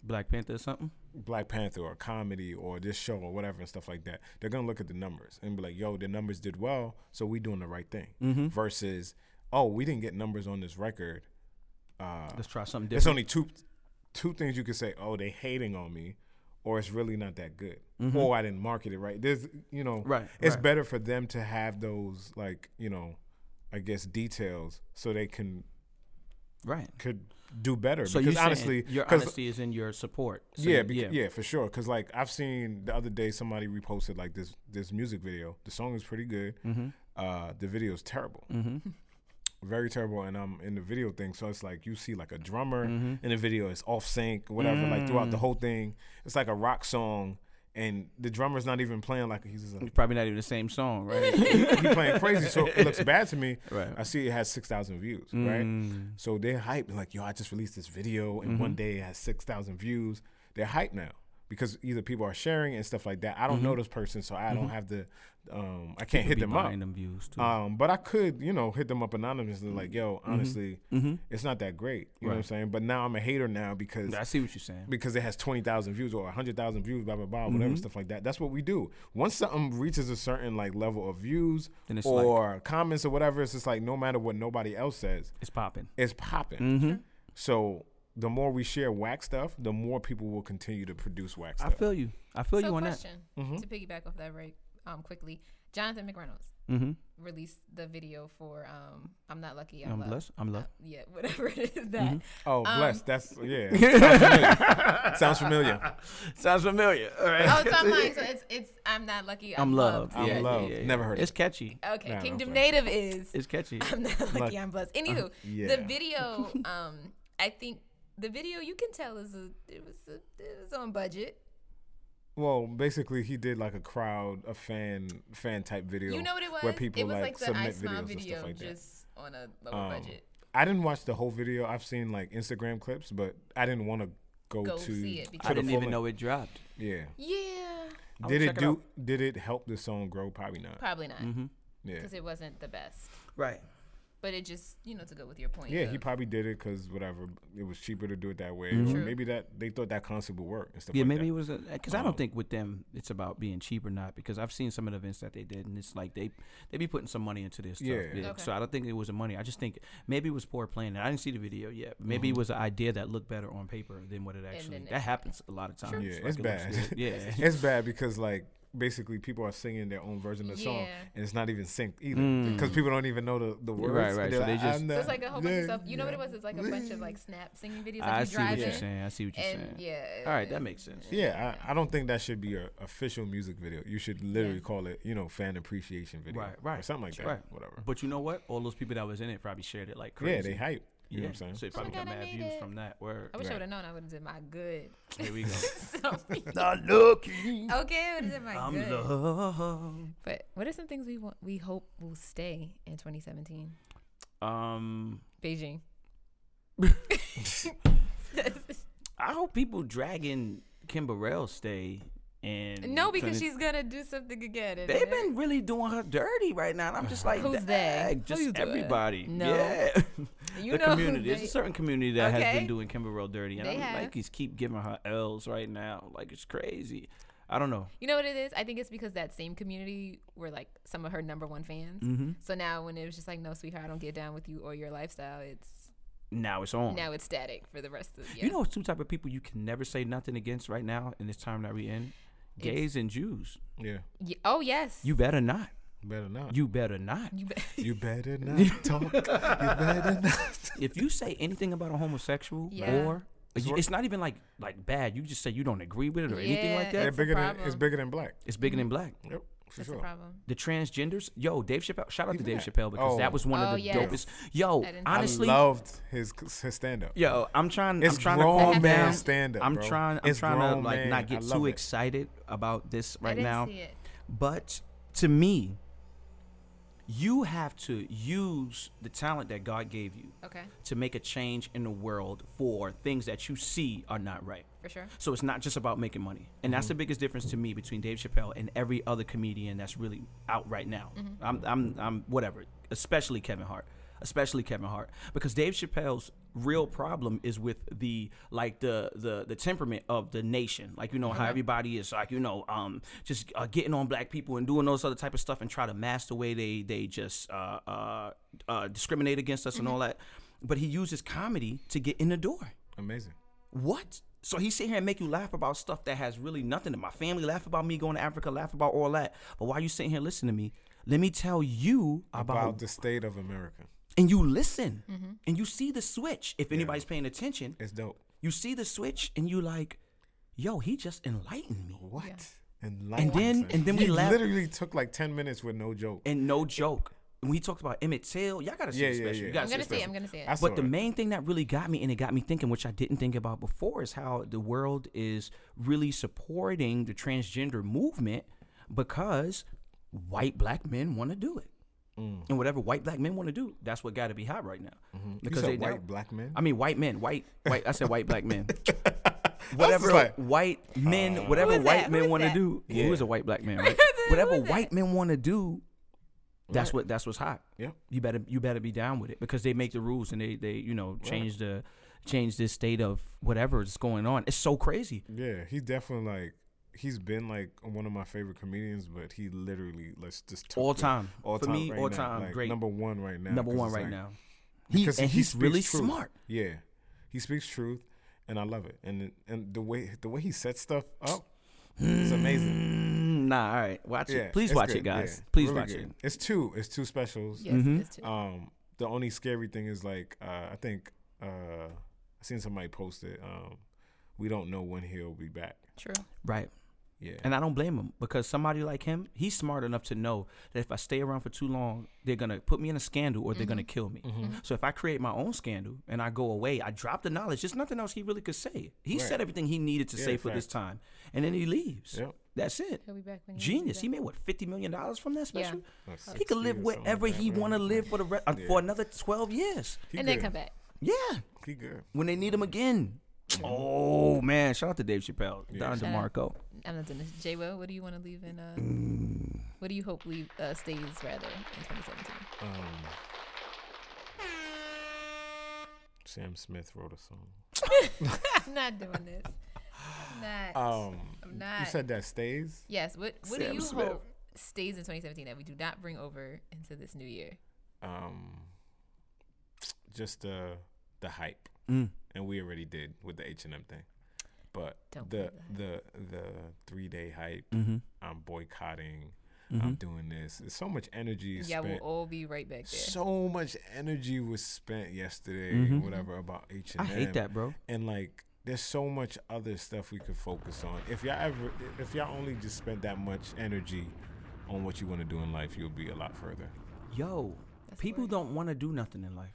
Black Panther or something.
Black Panther or comedy or this show or whatever and stuff like that, they're gonna look at the numbers and be like, "Yo, the numbers did well, so we doing the right thing." Versus, "Oh, we didn't get numbers on this record." Uh,
Let's try something
there's
different.
only two two things you could say. Oh, they hating on me, or it's really not that good, or I didn't market it right. There's you know,
Mm-hmm. Right,
It's
right.
better for them to have those like you know, I guess details so they can
right.
could do better.
So you
because
honestly,
honestly,
your
'cause-
honesty is in your support. So
yeah,
you-
bec- yeah, for sure. Because like I've seen the other day, somebody reposted like this this music video. The song is pretty good. Uh, the video is terrible, very terrible. And I'm in the video thing, so it's like you see like a drummer in the video. It's off sync, whatever. Like throughout the whole thing, it's like a rock song, and the drummer's not even playing like he's just like,
Probably not even the same song, right?
he playing crazy, so it looks bad to me.
Right. Mm.
I see it has six thousand views, right? So they're hyped, like, yo, I just released this video and
Mm-hmm.
one day it has six thousand views. They're hyped now. Because either people are sharing and stuff like that. I don't know this person, so I don't have the um I can't hit
Mm-hmm. Be
them up.
buying them views too.
Um, but I could, you know, hit them up anonymously, like, yo,
Mm-hmm.
honestly, it's not that great. You know what I'm saying? But now I'm a hater now because
I see what you're saying.
because it has 20,000 views or 100,000 views, blah, blah, blah, whatever,
Mm-hmm.
stuff like that. That's what we do. Once something reaches a certain like level of views
Then it's
or comments or whatever, it's just like no matter what nobody else says,
It's popping.
it's popping.
Mm-hmm.
So the more we share whack stuff, the more people will continue to produce whack
I
stuff.
feel you. I feel
so
you Mm-hmm. on
question to piggyback off that right um quickly. Jonathan McReynolds
that. Mm-hmm.
released the video for um I'm not lucky. I'm,
I'm
Loved.
blessed. Mm-hmm. I'm loved.
Yeah, whatever it is that.
oh,
Um,
blessed. That's, yeah. Sounds familiar.
Sounds
Sounds familiar.
familiar. All right.
Oh, so I'm lying. So it's it's I'm not lucky. I'm, Oh,
I'm loved.
I'm
Yeah, yeah,
loved.
yeah, yeah.
Never heard of
It's
it.
catchy.
Okay,
Nah,
Kingdom
I'm
Native is
It's Uh-huh. catchy.
I'm not lucky.
Lucky.
I'm blessed. Anywho,
yeah.
the video. Um, I think the video you can tell is a it was a, it was on budget.
Well, basically, he did like a crowd, a fan, fan type video.
You know what it was?
Where people
it was
like,
like, the I
submit
Smile
videos and
video,
stuff like that.
just on a lower
Um,
budget.
I didn't watch the whole video. I've seen like Instagram clips, but I didn't want to go,
Go
to.
see it because-
to
I
the
didn't
full
even
length.
know it dropped.
Yeah.
Yeah,
I'll
Did
check
it
it
do?
out.
did it help the song grow? Probably not.
probably not because
Mm-hmm. Yeah.
it wasn't the best.
Right.
But it just you know to go with your point.
Yeah, he
of-
probably did it because whatever. It was cheaper to do it that way, or
True.
maybe that they thought that concept would work and stuff.
Mm-hmm. Yeah,
like
maybe it
That. Oh.
was because I don't think with them it's about being cheap or not because I've seen some of the events that they did and it's like they they be putting some money into this stuff.
Yeah.
Okay.
So I don't think it was the money. I just think maybe it was poor planning. I didn't see the video yet. but Maybe
Mm-hmm.
it was an idea that looked better on paper than what it actually.
then it-
That happens a lot of times.
Yeah,
Like,
it's
it looks
bad.
good. Yeah.
It's bad because like basically people are singing their own version of the song
Yeah.
and it's not even synced either because people don't even know the, the words.
Mm. Right,
and
right,
they're
so they
like,
just-
"I'm
So it's
not
like a whole bunch of
there."
stuff. You know what it was? It's like a bunch of like snap singing videos. Like
I
you
see
driving,
what you're saying. I see what you're saying.
And yeah.
All right, that makes sense.
Yeah, I, I don't think that should be a official music video. You should literally call it, you know, fan appreciation video,
Right, right,
or something like that,
right.
whatever.
But you know what? All those people that was in it probably shared it like
yeah,
crazy.
they hype. You know what I'm saying?
So they probably
Oh my
got
God, I
mad
made
views
it.
from that. Word.
I wish
Right.
I would have known. I would have did my good.
Here we go.
so,
Not lucky.
okay, I would have did my
I'm
good.
loved.
But what are some things we want? We hope will stay in 2017,
Um,
Beijing.
I hope people dragging Kim Burrell stay and
No, because
turn it-
she's gonna do something again. and
They've been really doing her dirty right now, and I'm just like,
Who's
"Dang,
they?
Just
Who you doing?"
everybody.
No.
Yeah.
You
the
know who
community. There's a
they-
certain community that has been
Okay.
doing Kimber real dirty, and
They
I'm
have.
like, he's keep giving her L's right now. Like it's crazy. I don't know.
You know what it is? I think it's because that same community were like some of her number one fans.
Mm-hmm.
So now when it was just like, no, sweetheart, I don't get down with you or your lifestyle, it's
Now it's on.
now it's static for the rest of the
You know, it's two type of people you can never say nothing against right now in this time that we in. Gays and Jews.
Yeah,
Ye- oh, yes.
You better not.
better not. You,
You better not.
You bet.
better not talk. You better not.
if you say anything about a homosexual
Yeah.
or you- it's not even like like bad. You just say you don't agree with it or anything
Yeah.
like that.
They're
That's a
bigger than it's
problem.
bigger than black.
It's bigger than black.
Yep, for
That's a
sure.
problem.
The transgenders, yo, Dave Chappelle. Shout out to
Even
Dave
that-
Chappelle because
oh.
that was one of
Oh,
the
yes.
dopest. Yo,
I didn't- I
honestly,
I loved his his stand up.
yo, I'm trying.
It's
I'm trying
grown
to calm
man
down.
stand-up,
I'm
bro.
trying. I'm
It's
trying to
grown
like
man.
not
I
get
love
too
it.
excited about this
I
right
didn't
now.
see it.
But to me, you have to use the talent that God gave you
Okay,
to make a change in the world for things that you see are not right.
for sure.
So it's not just about making money. And that's the biggest difference to me between Dave Chappelle and every other comedian that's really out right now. I'm, I'm, I'm whatever, especially Kevin Hart. Especially Kevin Hart, because Dave Chappelle's real problem is with the like the the the temperament of the nation, like you know how everybody is like you know um just uh, getting on black people and doing those other type of stuff and try to mask the way they they just uh, uh, uh, discriminate against us and all that. But he uses comedy to get in the door.
Amazing.
What? So he sit here and make you laugh about stuff that has really nothing to my family, laugh about me going to Africa, laugh about all that. But why you sitting here listening to me? Let me tell you
About,
about,
the state of America.
and you listen and you see the switch. If anybody's paying attention,
It's dope.
you see the switch and you like, yo, he just enlightened me.
What?
And then- and then we
He
laugh-
literally took like ten minutes with no joke.
And no joke. When he talked about Emmett Till, y'all gotta see
Yeah,
the
yeah,
special.
yeah.
You gotta
I'm
I'm gonna
see the special.
see. it, I'm gonna see it.
I saw
But the
it.
main thing that really got me, and it got me thinking, which I didn't think about before, is how the world is really supporting the transgender movement because white black men want to do it. And whatever white black men want to do, that's what got to be hot right now.
Mm. Mm-hmm. you
Because
said
they
white
don't-
black men.
I mean, white men, white, white. I said white black men.
I was
Whatever
just like,
white men, whatever
Who is
white
that? Who
men
is
want to
that?
do. Yeah. Who is a white black man? Right? whatever white men want to do, that's what that's what's hot.
Yeah.
You better you better be down with it because they make the rules and they they you know change the change this state of whatever is going on. It's so crazy.
Yeah, he's definitely like he's been like one of my favorite comedians, but he literally let's just took
All
the-
time.
all
For
time
me,
right
all
now,
time
like,
great.
number one right now,
Number
'cause
one
it's
right
like-
now. He, and
because he
he's
speaks
really
truth.
smart.
Yeah, he speaks truth, and I love it. And and the way the way he sets stuff up is amazing.
Mm, nah, all right, watch
Yeah,
it. Please
it's
watch
good.
it, guys.
Yeah,
Please
really
watch
good.
it.
It's two. It's two specials.
Yes, it's
Mm-hmm.
too.
Uh,
Um, the only scary thing is like uh, I think uh, I seen somebody post it. Um, we don't know when he'll be back.
True.
Right.
Yeah,
And I don't blame him because somebody like him, he's smart enough to know that if I stay around for too long, they're gonna put me in a scandal or they're gonna
Mm-hmm.
kill me.
Mm-hmm.
So if I create my own scandal and I go away, I drop the knowledge. There's nothing else he really could say. He
Right.
said everything he needed to
Yeah,
say for this time, and then he leaves.
Yep.
That's it.
He'll be back when he
Genius. He made what fifty million dollars from that
Yeah.
special.
Like
He
60
could
or
live
something like
wherever
that,
he
right?
want to live for the re- uh, for another twelve years.
He
and then
good.
come back.
Yeah,
He good.
when they need him
Mm-hmm.
again. Oh man! Shout out to Dave Chappelle, Don
Shout out.
DeMarco.
I'm not doing this. J. Will, what do you want to leave in? Uh,
Mm.
What do you hope leave uh, stays rather in 2017?
Um, Sam Smith wrote a song.
I'm not doing this. I'm not.
Oh.
Um,
I'm
you
not.
said that stays.
yes. What What
Sam
do you
Smith.
hope stays in 2017 that we do not bring over into this new year?
Um, just the the hype,
Mm.
and we already did with the H and M thing, but
Don't
the
believe
the the three day hype.
Mm-hmm.
I'm boycotting. I'm
Mhm.
doing this. There's so much energy
yeah, we'll
spent.
all be right back there.
so much energy was spent yesterday,
Mhm.
whatever about H
I
and M.
hate that, bro.
and like there's so much other stuff we could focus on. If y'all ever, if y'all only just spent that much energy on what you want to do in life, you'll be a lot further.
Yo,
That's
people
word.
don't want to do nothing in life.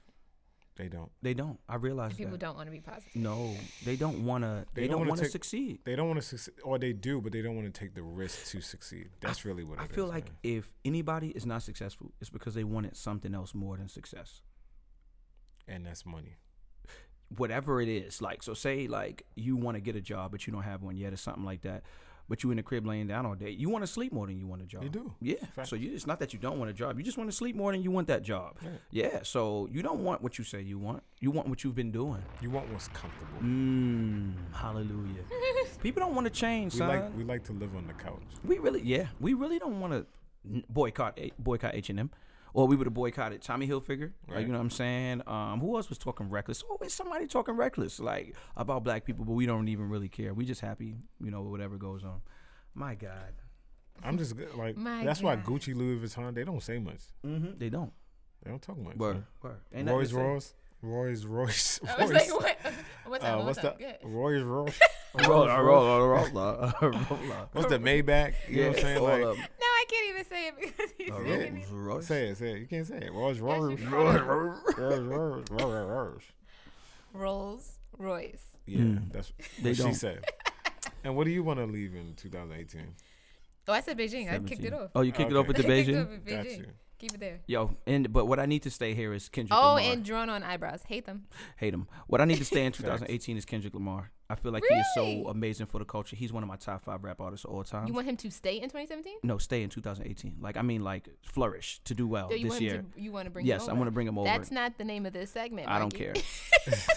They don't.
They don't. I realize
And people
that.
don't want to be positive.
No, they don't want to. They,
They
don't
don't wanna
want to
take-
succeed.
They don't want to succeed, or they do, but they don't want to take the risk to succeed. That's really what
I
it
feel
is,
like
man.
if anybody is not successful, it's because they wanted something else more than success.
and that's money.
Whatever it is, like so, say like you want to get a job but you don't have one yet, or something like that. but you in the crib laying down all day. You want to sleep more than you want a job.
You do.
Yeah.
Facts.
So you, it's not that you don't want a job. You just want to sleep more than you want that job. Yeah. So you don't want what you say you want. You want what you've been doing.
You want what's comfortable.
Mm, hallelujah. People don't want to change,
We
son.
like we like to live on the couch.
We really, yeah, we really don't want to boycott eh, boycott H and M, or we would have boycotted Tommy Hilfiger. Like,
Right.
you know what I'm saying? Um, who else was talking reckless? Always somebody talking reckless, like about black people, but we don't even really care. We just happy, you know, with whatever goes on. My God,
I'm just good- like
My
that's why
God.
Gucci, Louis Vuitton, they don't say much.
mm-hmm. they don't.
They don't talk much.
Word, word. Ain't nothing
Roy's
to say.
Royce, Roy's Royce, Royce.
I was like, what? What's up?
Uh,
what's,
what's
up?
the
Good.
Roy's Royce?
Roll, uh, roll, uh, roll, uh, roll, uh.
What's the Maybach? You know what I'm saying?
all
Like,
of 'em.
No, I can't even say it because he's
Uh,
yeah.
looking at me.
Rolls Royce.
Say it, say it. You can't say it. Rolls Royce.
you
Rolls Royce. Rolls Royce. Rolls
Rolls Royce.
Yeah,
Mm.
that's
They
what
don't.
she said. And what do you want to leave in 2018?
Oh, I said Beijing. I kicked
17.
it off.
Oh, you kicked it off
Okay.
with the
I kicked it
Beijing.
off with
Got
Beijing.
you.
Keep it there.
Yo, and but what I need to stay here is Kendrick.
Oh,
Lamar.
and drawn on eyebrows. Hate them.
Hate him. What I need to stay in 2018 is Kendrick Lamar. I feel like he is
Really?
so amazing for the culture. He's one of my top five rap artists of all time.
You want him to stay in 2017?
no, stay in 2018. Like I mean, like flourish to do well
So you
Oh, this
want him
year.
To, you want to bring
Yes,
him
I
over?
want to bring him over.
That's not the name of this segment.
I don't
Mikey.
care.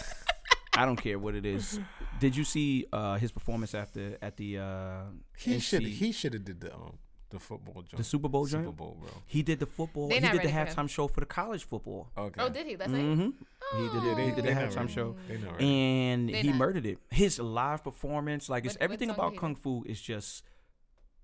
I don't care what it is. Did you see uh, his performance after at the uh,
He
NC
should he should have did the um, the football joint.
the Super Bowl
Super
joint?
Bowl, bro.
He did the football.
They're
he
not
did the
ready for
halftime
him.
show for the college football.
Okay.
Oh, did he? That's like oh.
hmm He did.
Yeah,
it.
they,
he did the
they not
halftime
ready.
show.
They not ready.
and
They're
he
not.
murdered it. His live performance, like it's
What- what
everything
song
about
did he
kung fu, is just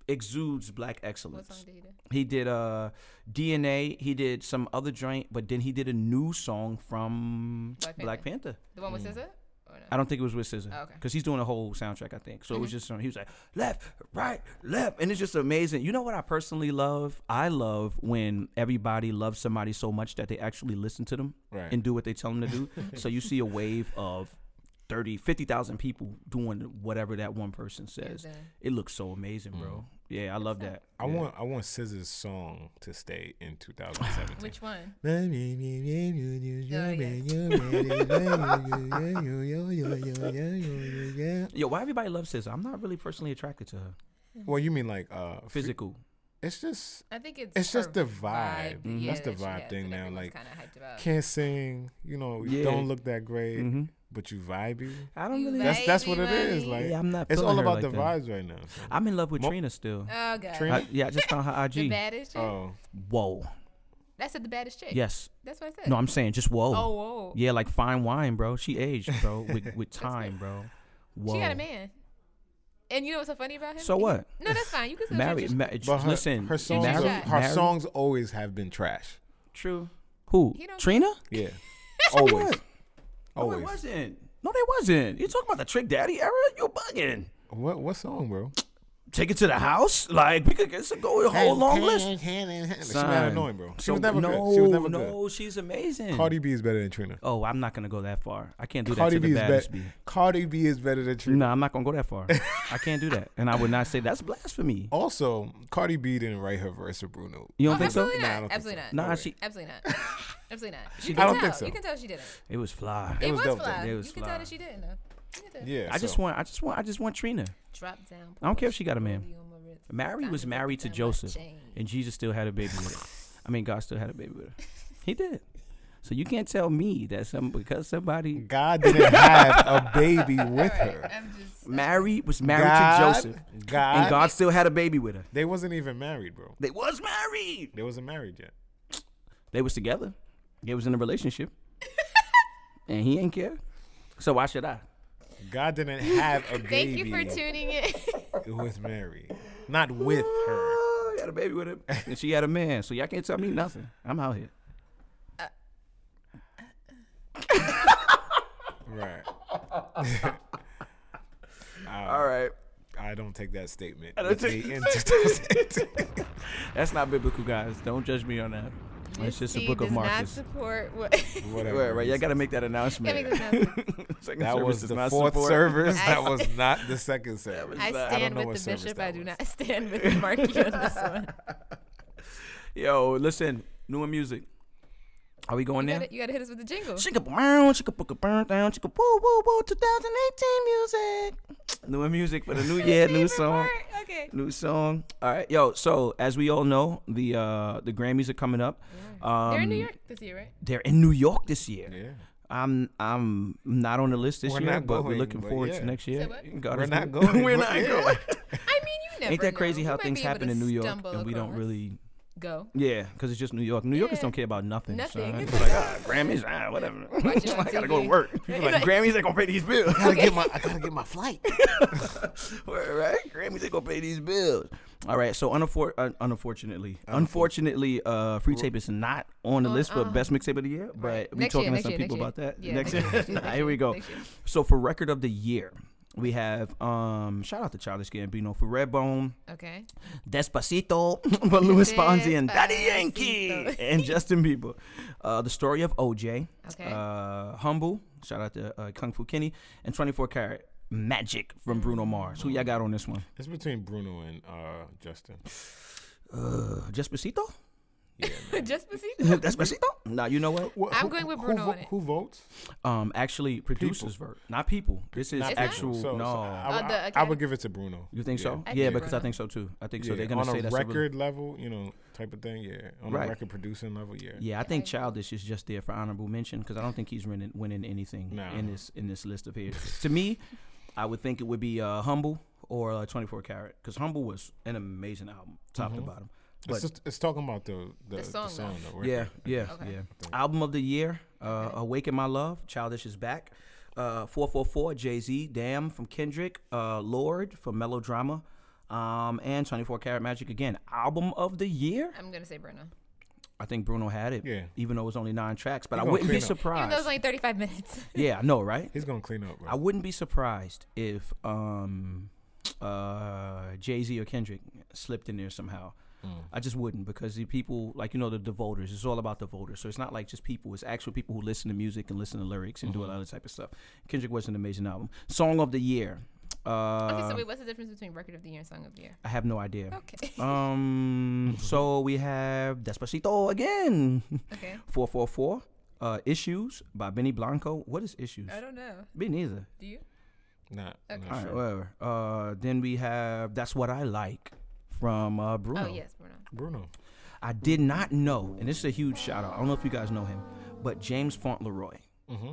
exudes black
What song
excellence.
did he do?
He did uh DNA. He did some other joint, but then he did a new song from
Black
Black
Panther.
Panther.
The one with SZA? Or no?
I don't think it was with SZA
Oh, okay.
because he's doing a whole soundtrack. I think so. It was just some- he was like left, right, left, and it's just amazing. You know what I personally love? I love when everybody loves somebody so much that they actually listen to them
Right.
and do what they tell them to do. so you see a wave of 30, 50,000 people doing whatever that one person says.
then-
It looks so amazing, bro.
Mm-hmm.
Yeah, I love that.
I
Yeah.
want I want Scissor's song to stay in 2017.
Which one?
well,
Yo, why everybody loves SZA? I'm not really personally attracted to her.
you mean like uh, f-
Physical.
It's just
I think it's.
It's
her
just the vibe. Mhm.
yeah,
That's the
that she
vibe
has
thing
that
now,
everyone's
like,
kinda hyped about.
can't sing. You know, you
Yeah.
don't look that great,
Mm-hmm.
but you vibey.
I don't really.
That's that's what it is.
Baby.
Like
yeah, I'm not.
it's
feeling
all
her
about
like
the
that.
vibes right now.
I'm in love with
Mo-
Trina still.
Oh god.
Trina?
I, yeah, I just found her
The
IG.
baddest chick.
Oh,
Whoa.
That's at the baddest chick.
Yes.
That's what I said.
No, I'm saying just whoa.
Oh whoa.
Yeah, like fine wine, bro. She aged, bro, with with time, bro. Whoa.
She got a man. And you know what's so funny about him?
So
He-
what?
No, that's fine. You can still
Married.
married.
Ma-
but her,
listen,
her songs
married-
are-
marry-
her
marry-
songs always have been trash.
True. Who?
He don't-
Trina?
Yeah, always,
No, it
always.
wasn't. No, they wasn't. You talking about the Trick Daddy era? You bugging?
What what song, bro?
Take it to the house? Like we could it's a go a whole long list.
She's not annoying, bro. She
So-
was never
no,
good. She was never
no, she's amazing.
good. Cardi B is better than Trina.
oh, I'm not gonna go that far. I can't do
Cardi
that to
B
the
is
baddest
better.
B.
Cardi B is better than Trina.
No, I'm not gonna go that far. I can't do that, and I would not say that's blasphemy.
Also, Cardi B didn't write her verse to Bruno.
You don't
Oh,
think so?
absolutely
Nah, I
not.
don't think
absolutely
so.
not.
No
Nah,
way.
she.
Absolutely not. Absolutely not. You
I
can
don't
tell.
think so.
You can tell she didn't.
It was fly.
It
It,
was
was
dope, though.
fly.
It
You
was
can tell
fly.
that she didn't. though. You can tell.
Yeah,
I just
so-
want. I just want. I just want Trina.
Drop down.
I don't care if she got a man.
Put on my wrist.
Mary was
Diamonds
married to
on my
Joseph,
chain.
and Jesus still had a baby with her. I mean, God still had a baby with her. He did. So you can't tell me that some because somebody
God didn't have a baby with
All right,
her.
I'm just.
Mary was married
God,
to Joseph,
God,
and God still had a baby with her.
They wasn't even married, bro.
They was married.
They wasn't married yet.
They was together. They was in a relationship, and he ain't care. So why should I?
God didn't have a
Thank
baby
you for tuning in.
with Mary. Not with her.
Oh, he had a baby with him, and she had a man. So y'all can't tell me nothing. I'm out here.
Right.
All right.
I don't take that statement.
don't
with
take
me
that
in 2018.
That's not biblical, guys. Don't judge me on that. It's just a
She
book of
does
Marcus.
Not support what.
Whatever.
Right, right. Y'all got to make that announcement.
Can't make this announcement.
Second
that
service
was
does
the
not
fourth
support-
service.
I
That was not the second service.
I
don't
stand
know what
with the
service
bishop.
that
I do
was.
not stand with Marky on this one.
Yo, listen. New and music. Are we going
You
there?
gotta, you gotta hit us with the jingle.
Chicka brown, chicka booka burn down, chicka woo woo woo. 2018 music. New and music for the new year, new
Favorite
song.
part?
right, new song. All right, yo. So as we all know, the uh the Grammys are coming up. Um,
They're in New York this year, right?
They're in New York this year.
Yeah.
I'm I'm not on the list this
We're
year,
not
but we're
going,
looking
but
forward
yeah.
to next year.
Say what?
God
We're
is
not
good.
going,
we're
but
not
yeah.
going.
I mean, you never
Ain't that
know.
crazy
You
how
might
things
be able
happen
to
in New York
stumble
and we don't
across-
really.
go.
Yeah, because it's just New York. New Yorkers
Yeah.
don't care about nothing.
Nothing.
Son. It's like ah, Grammys, ah, whatever.
Watch it on
I gotta go to
TV.
work.
You're
like,
like-
Grammys ain't gonna pay these bills.
I gotta get my I gotta get my flight.
right? Grammys ain't gonna pay these bills. All right, so unaffor- uh, unfortunately, unfortunately, uh, free tape is not on the
On-
list for
uh-huh.
best mixtape of the year. But
Right.
we're
Next year,
talking to
next
some
year,
people
next
about
year.
that.
Yeah,
next year,
next year,
Nah,
next
here we
year,
go.
next year.
So for record of the year, we have um, shout out to Childish Gambino for Redbone,
Okay.
Despacito for Luis Fonsi and Daddy
Despacito.
Yankee and Justin Bieber. Uh, the story of OJ.
Okay.
Uh, Humble. Shout out to uh, Kung Fu Kenny and 24 Karat Magic from Bruno Mars. Who y'all got on this one?
It's between Bruno and uh, Justin.
Uh, Despacito.
Yeah. Man.
Just Despacito.
Despacito. Nah, you know what?
What-
I'm going with Bruno
who,
on it.
Who votes?
Um, actually, producers vote, not people. This is
Not
people.
actual.
So- so
no.
I, would-
Oh, the
I- I
Academy?
would give it to Bruno.
you think so?
I
yeah,
think
because I
Bruno.
think so too. I think so.
Yeah,
They're gonna
on
say
a
that's a really-
record level, you know, type of thing. Yeah, on
Right.
a record producing level, yeah.
Yeah, I think
agree.
Childish is just there for honorable mention because I don't think he's winning, winning anything
No.
in this in this list of here. to me, I would think it would be uh, Humble or uh, 24 Karat because Humble was an amazing album, top to
Mhm.
bottom.
It's,
But
just, it's talking about the the, the song,
song,
the
though.
record.
yeah, yeah,
Okay.
yeah.
think.
Album of the year, uh, Awaken My Love, Childish is back. Uh, 444, Jay Z, Damn from Kendrick, uh, Lord from Melodrama, um, and 24 Karat Magic again. Album of the year?
I'm gonna say Bruno.
I think Bruno had it,
Yeah.
even though it was only nine tracks, but I
gonna
wouldn't be
clean up.
Even
surprised.
though it's only 35 minutes.
yeah, I know, right?
He's gonna clean up. Bro.
I wouldn't be surprised if um, uh, Jay Z or Kendrick slipped in there somehow. I just wouldn't because the people, like you know, the, the voters. It's all about the voters. So it's not like just people. It's actual people who listen to music and listen to lyrics and do a lot of type of stuff. Kendrick was an amazing album. Song of the year. Uh,
okay, so wait, what's the difference between record of the year and song of the year?
I have no idea.
Okay.
Um, so we have Despacito again.
okay.
Four four four. Uh, issues by Benny Blanco. What is issues?
I don't know.
Me neither.
Do you?
Not,
Okay.
not
All right,
sure.
whatever. Uh, then we have "That's What I Like" from uh, Bruno.
Oh yes, Bruno.
Bruno.
I did not know, and this is a huge shout out. I don't know if you guys know him, but James Fauntleroy.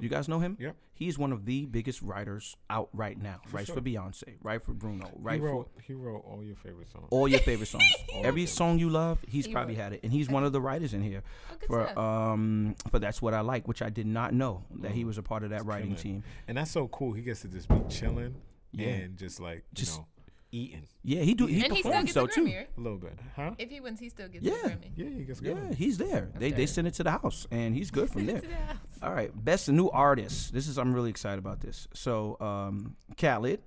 You guys know him?
Mm-hmm. Yep.
He's one of the biggest writers out right now. writes for
sure.
Beyonce, writes for Bruno,
He
writes for
wrote, he wrote all your favorite songs.
all your favorite songs.
All
Every
your
song you love, he's
He
probably
wrote.
had it, and he's one of the writers in here
Oh, good
for
stuff.
um for "That's What I Like," which I did not know that he was a part of that writing
Mm-hmm. killing it.
team.
And that's so cool. He gets to just be chilling
Yeah.
and just like, you
Just-
know, eating
Yeah, he do. He
and he still
performs
gets a
though too.
Grammy. right?
a little bit. Huh?
If he wins, he still gets
Yeah.
a Grammy.
yeah, he gets
Yeah,
going.
he's there. They, they
dope.
send it to the house, and he's good from there.
To the house.
All right, best new artist. This is I'm really excited about this. So, um, Khaled,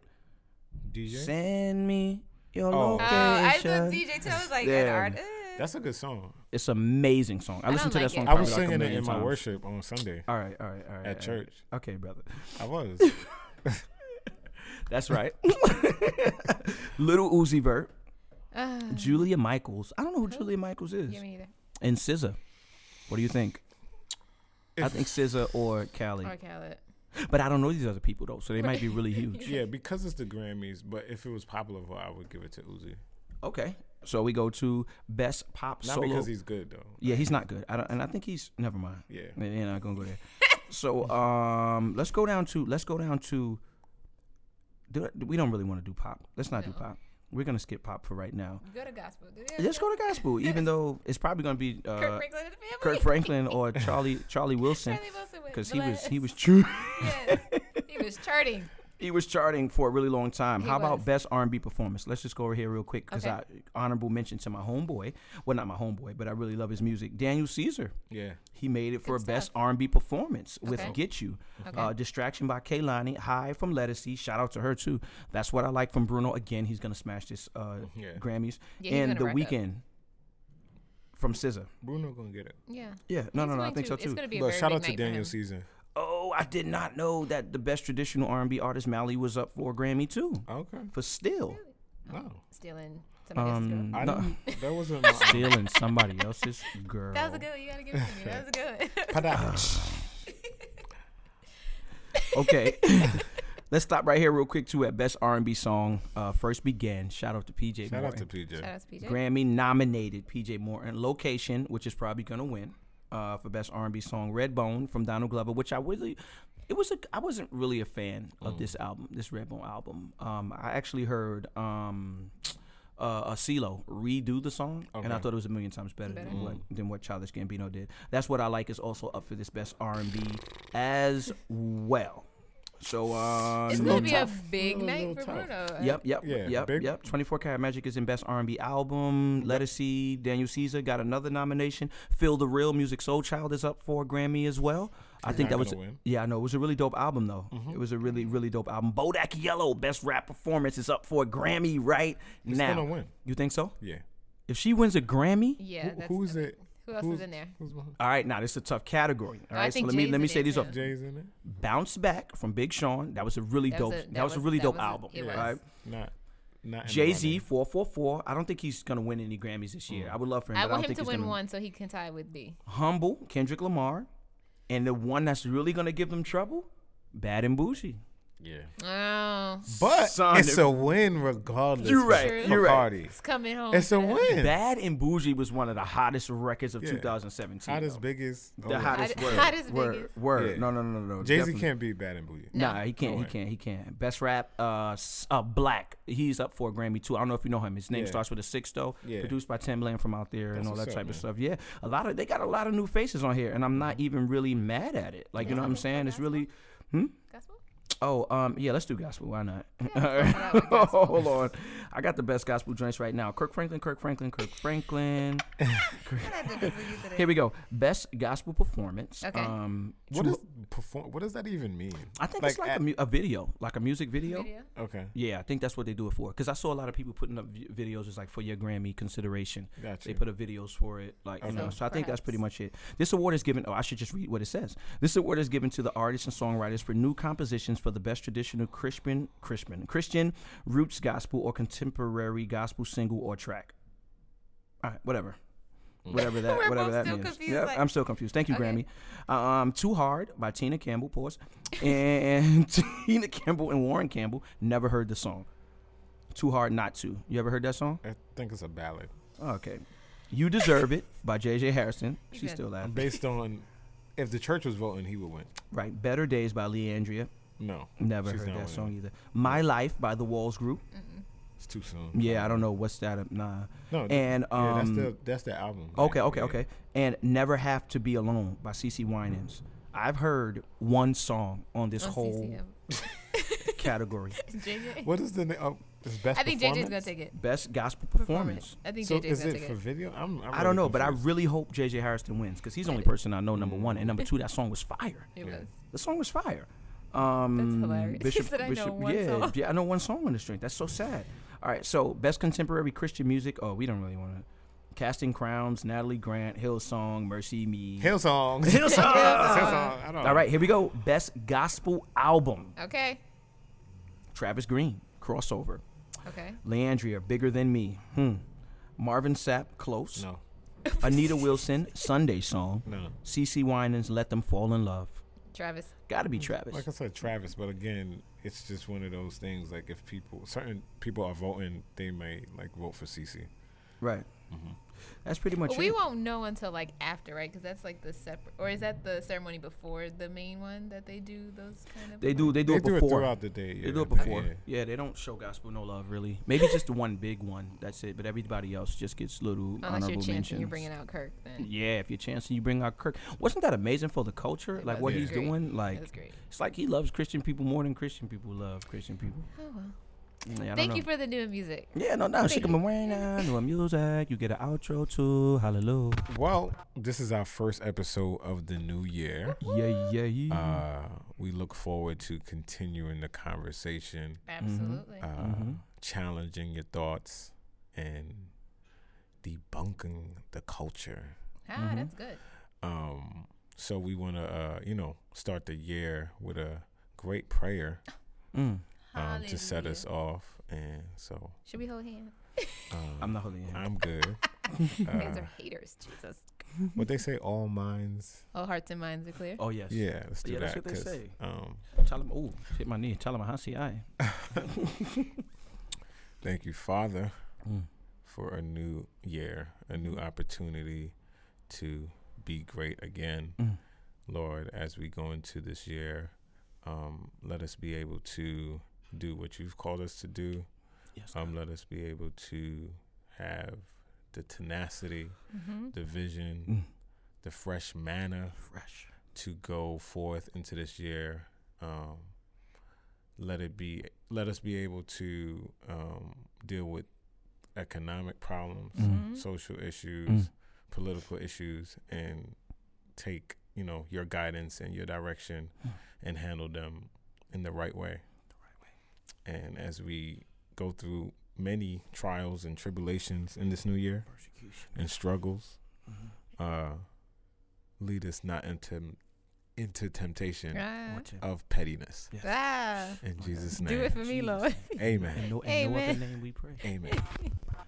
DJ.
send me your
Oh. Oh,
Oh, I
location.
thought DJ too. I was like, an
Yeah.
art. uh,
That's a good song.
it's an amazing song. I,
I
listened to
don't
that
like it.
song.
I
probably
was
like a
singing it
million
in my
times.
worship on Sunday
All right, all right, all right. all
at
right.
church.
Okay, brother.
I was.
That's right. Little Uzi Vert, Julia Michaels. I don't know who Julia Michaels is.
yeah, me neither.
And SZA. What do you think? I
If-
think SZA or Khaled.
Or Khaled.
But I don't know these other people though, so they might be really huge.
yeah, because it's the Grammys, but if it was popular vote, I would give it to Uzi.
Okay. So we go to best pop
Not
solo.
because he's good though.
yeah, he's not good. I don't, and I think he's never mind.
Yeah.
Yeah, You're not gonna go there. so um, let's go down to let's go down to. Do, we don't really want to do pop. Let's not do
No.
pop. We're gonna skip pop for right now.
Go to gospel. Go to
Let's go to gospel, even though it's probably gonna be
Kirk
uh,
Franklin and the family.
Kirk Franklin or Charlie Charlie Wilson,
Charlie Wilson with
because he was he
Bless.
was true.
Yes. he was charting.
He was charting for a really long time.
He
How about
was.
best R and B performance? Let's just go over here real quick because
Okay.
I honorable mention to my homeboy. Well, not my homeboy, but I really love his music. Daniel Caesar.
Yeah.
He made it for
Good
best
stuff.
R and B performance with
Okay.
"Get You," uh, "Distraction" by Kaylani, "High" from Lettucey. Shout out to her too. That's what I like from Bruno. Again, he's gonna smash this uh,
Yeah.
Grammys
Yeah, he's
and
gonna
the
rack up.
weekend from SZA.
Bruno gonna get it.
Yeah.
Yeah, no,
He's
no, no. I
going
think so
to- It's
too.
gonna be a
But
very
shout
big
out to
night for him.
Daniel Season.
Oh, I did not know that the best traditional R and B artist Mally was up for a Grammy too
Okay.
for "Still."
Oh.
Wow.
Stealing somebody else's girl.
Um,
I
No.
didn't, that wasn't my
stealing somebody else's girl.
That was a good one. You gotta give it to me. That was a
Ah.
good one.
Padahal.
Okay. Let's stop right here real quick too at best R&B song. Uh, first began. Shout out to PJ.
Shout out
Morton.
to PJ.
Shout out to PJ.
Grammy nominated PJ Morton. Location, which is probably gonna win uh, for best R&B song. Redbone from Donald Glover, which I really, it was a, I wasn't really a fan of this album, this Redbone album. Um, I actually heard um, uh, CeeLo redo the song, and I
Okay.
thought it was a million times better than,
Better.
what, than what Childish Gambino did. That's what I like is also up for this best R&B as well. So uh,
It's
no
gonna be
tough.
a big
Little-
night
little
for
tough.
Bruno.
Yep, yep,
Yeah,
yep,
big-
yep. 24 Karat Magic is in Best R&B Album. Let Us See, Daniel Caesar got another nomination. Feel the Real, Music Soul Child is up for a Grammy as well. I think
not
that was,
gonna win. Mm-hmm.
yeah, I know. It was a really dope album, though. It was a really, really dope album. Bodak Yellow, Best Rap Performance is up for a Grammy right now.
gonna win.
You think so?
Yeah.
If she wins a Grammy,
Yeah.
Who-
that's
who's
gonna-
it?
Who else
Who's-
is in there?
Who's behind-
all right, now this is a tough category. All
I
right, so
think
let me
Jay's
let me
in
say
it,
these up.
too.
Jay's in it.
Bounce Back from Big Sean. That was a really
That
dope.
was a-
that,
that
was a
was-
really
that
dope
was a-
album.
it
all
was.
right?
Not. Not in the
Jay Z
running.
four four four. I don't think he's gonna win any Grammys this
Mm.
year. I would love for him.
I
but
want
don't
him
think
to
he's
win
gonna-
one so he can tie with B.
Humble Kendrick Lamar, and the one that's really gonna give them trouble, Bad and Bougie.
Yeah.
Oh,
But
Son
it's
of-
a win regardless.
You're
for-
right,
for
you're right.
Cardi.
it's coming home.
It's a
man.
win.
Bad and Bougie was one of the hottest records of
Yeah.
2017.
Hottest,
though.
biggest.
the
oh,
hottest
Hot-
word.
hottest,
word.
biggest.
Word.
Yeah.
No, no, no, no. no.
Jay Z
definitely.
can't beat Bad and Booty.
Nah, he can't.
No
he
way.
can't. He can't. Best rap, uh, s- uh, Black. He's up for a Grammy too. I don't know if you know him. His name
Yeah.
starts with a six though.
Yeah.
Produced by Timbaland from out there and
That's
all that
what's
type
up,
of
man.
stuff. Yeah, a lot of they got a lot of new faces on here, and I'm not even really mad at it. Like you know what I'm saying? It's really. hmm?
Gospel?
Oh, um, yeah. Let's do gospel. Why not?
Shout out to gospel.
Hold on, I got the best gospel joints right now. Kirk Franklin, Kirk Franklin, Kirk Franklin.
I did this with you today.
Here we go. Best gospel performance.
Okay.
Um,
What
two-
is perform? What does that even mean?
I think it's like
like,
a,
at-
mu- a video, like a music video.
Video.
Okay,
Yeah, I think that's what they do it for. Because I saw a lot of people putting up vi- videos, it's like for your Grammy consideration.
Gotcha.
They put up videos for it, like you know.
Okay.
So I think that's pretty
Perhaps.
much it. This award is given. Oh, I should just read what it says. This award is given to the artists and songwriters for new compositions for the best traditional Christian, Christian, Christian roots gospel or contemporary gospel single or track. All right, whatever. Whatever that,
We're
whatever
both
that
still
means.
confused,
Yep,
like-
I'm still confused. Thank you,
Okay.
Grammy. Um, Too Hard by Tina Campbell. Pause. And Tina Campbell and Warren Campbell never heard the song. Too hard not to. You ever heard that song?
I think it's a ballad
Okay. You deserve it by J.J. Harrison.
You
She's
good.
still laughing.
based on if the church was voting, he would win.
Right. Better Days by Leandria.
No,
Never
she's
heard
not
that
winning.
song either. My Life by The Walls Group.
It's too soon.
Yeah, I don't know what's that. uh, Nah.
No, th-
And um.
yeah, that's the that's the album.
Okay,
man.
okay,
Yeah.
okay. And Never Have to Be Alone by CC Winans. I've heard one song on this
On
whole
CCM.
category.
JJ.
What is the na- oh, it's best?
I think JJ's gonna
performance?
take it.
Best gospel performance.
I think
So
JJ's
is
gonna
it
take
for
it.
video? I'm. I'm
I don't know,
really
but I
confused.
really hope JJ Harrison wins because he's the only person I know, number one. And number two, that song was fire.
It
Yeah.
was.
The song was fire. Um,
hilarious. He said, "I know one
yeah,
song."
yeah, I know one song on the string. That's so sad. All right, so best contemporary Christian music. Oh, we don't really want to. Casting Crowns, Natalie Grant, Hillsong, Mercy Me.
Hill songs. Hill
Hillsong.
songs. I don't.
All right, here we go. Best gospel album.
Okay.
Travis Green, crossover.
Okay.
Leandria, bigger than me. Hmm. Marvin Sapp, close.
No,
Anita Wilson, Sunday song.
no.
CC Winans, let them fall in love.
Travis.
Gotta be Travis.
Mm. Like I said, Travis, but again, it's just one of those things. Like if people, certain people are voting, they may like vote for CC.
right.
Mm-hmm.
That's pretty much
But we
it.
won't know until like after, right? Because that's like the separate, or is that the ceremony before the main one that they do those kind of?
They do. They do
They
it
do it
before.
throughout the day.
they do it before. Yeah. they don't show gospel no love really. Maybe just the one big one. That's it. But everybody else just gets little
Unless you're
honorable
chancing,
mentions.
you're bringing out Kirk. Then
yeah, if you're chancing, you bring out Kirk. Wasn't that amazing for the culture? Like
was.
what
Yeah.
he's
Great.
doing. Like
that's great.
it's like he loves Christian people more than Christian people love Christian people. Mm,
Oh well.
Yeah, I don't
Thank
know.
you for the new music.
Yeah, no, no. She
Thank
can be wearing uh, new music. You get an outro too. Hallelujah.
Well, this is our first episode of the new year.
Yeah, yeah, yeah.
Uh, we look forward to continuing the conversation,
Absolutely.
uh, challenging your thoughts, and debunking the culture.
ah, that's good.
Um, so we want to, uh, you know, start the year with a great prayer
Mm.
um, to set us
Hallelujah.
off. And so
Should we hold hands?
um,
I'm not holding your hand.
I'm good.
You guys
Uh,
are haters, Jesus.
What they say, all minds.
All hearts and minds are clear.
Oh yes.
Yeah, let's do
Yeah, that's
that.
what they
'cause,
say.
Um,
Tell him. Ooh, hit my knee. Tell him how see I.
thank you, Father,
Mm.
for a new year, a new opportunity to be great again.
Mm.
Lord, as we go into this year, um, let us be able to do what you've called us to do.
Yes.
Um, let us be able to have the tenacity,
Mm-hmm.
the vision,
Mm.
the fresh manner
Fresh.
to go forth into this year. Um, let it be. Let us be able to um, deal with economic problems,
Mm-hmm.
Mm.
social issues,
Mm.
political issues, and take you know your guidance and your direction,
Mm.
and handle them in the right way.
The right way.
And as we go through many trials and tribulations in this new year
Persecution.
and struggles,
Mhm.
uh, lead us not into into temptation
Ah.
Watch it.
of pettiness.
Uh, Yes.
Ah.
In Jesus'
Do it
name,
for me,
Jesus.
Lord.
Amen.
And no, and no other
Amen.
name we pray.
Amen.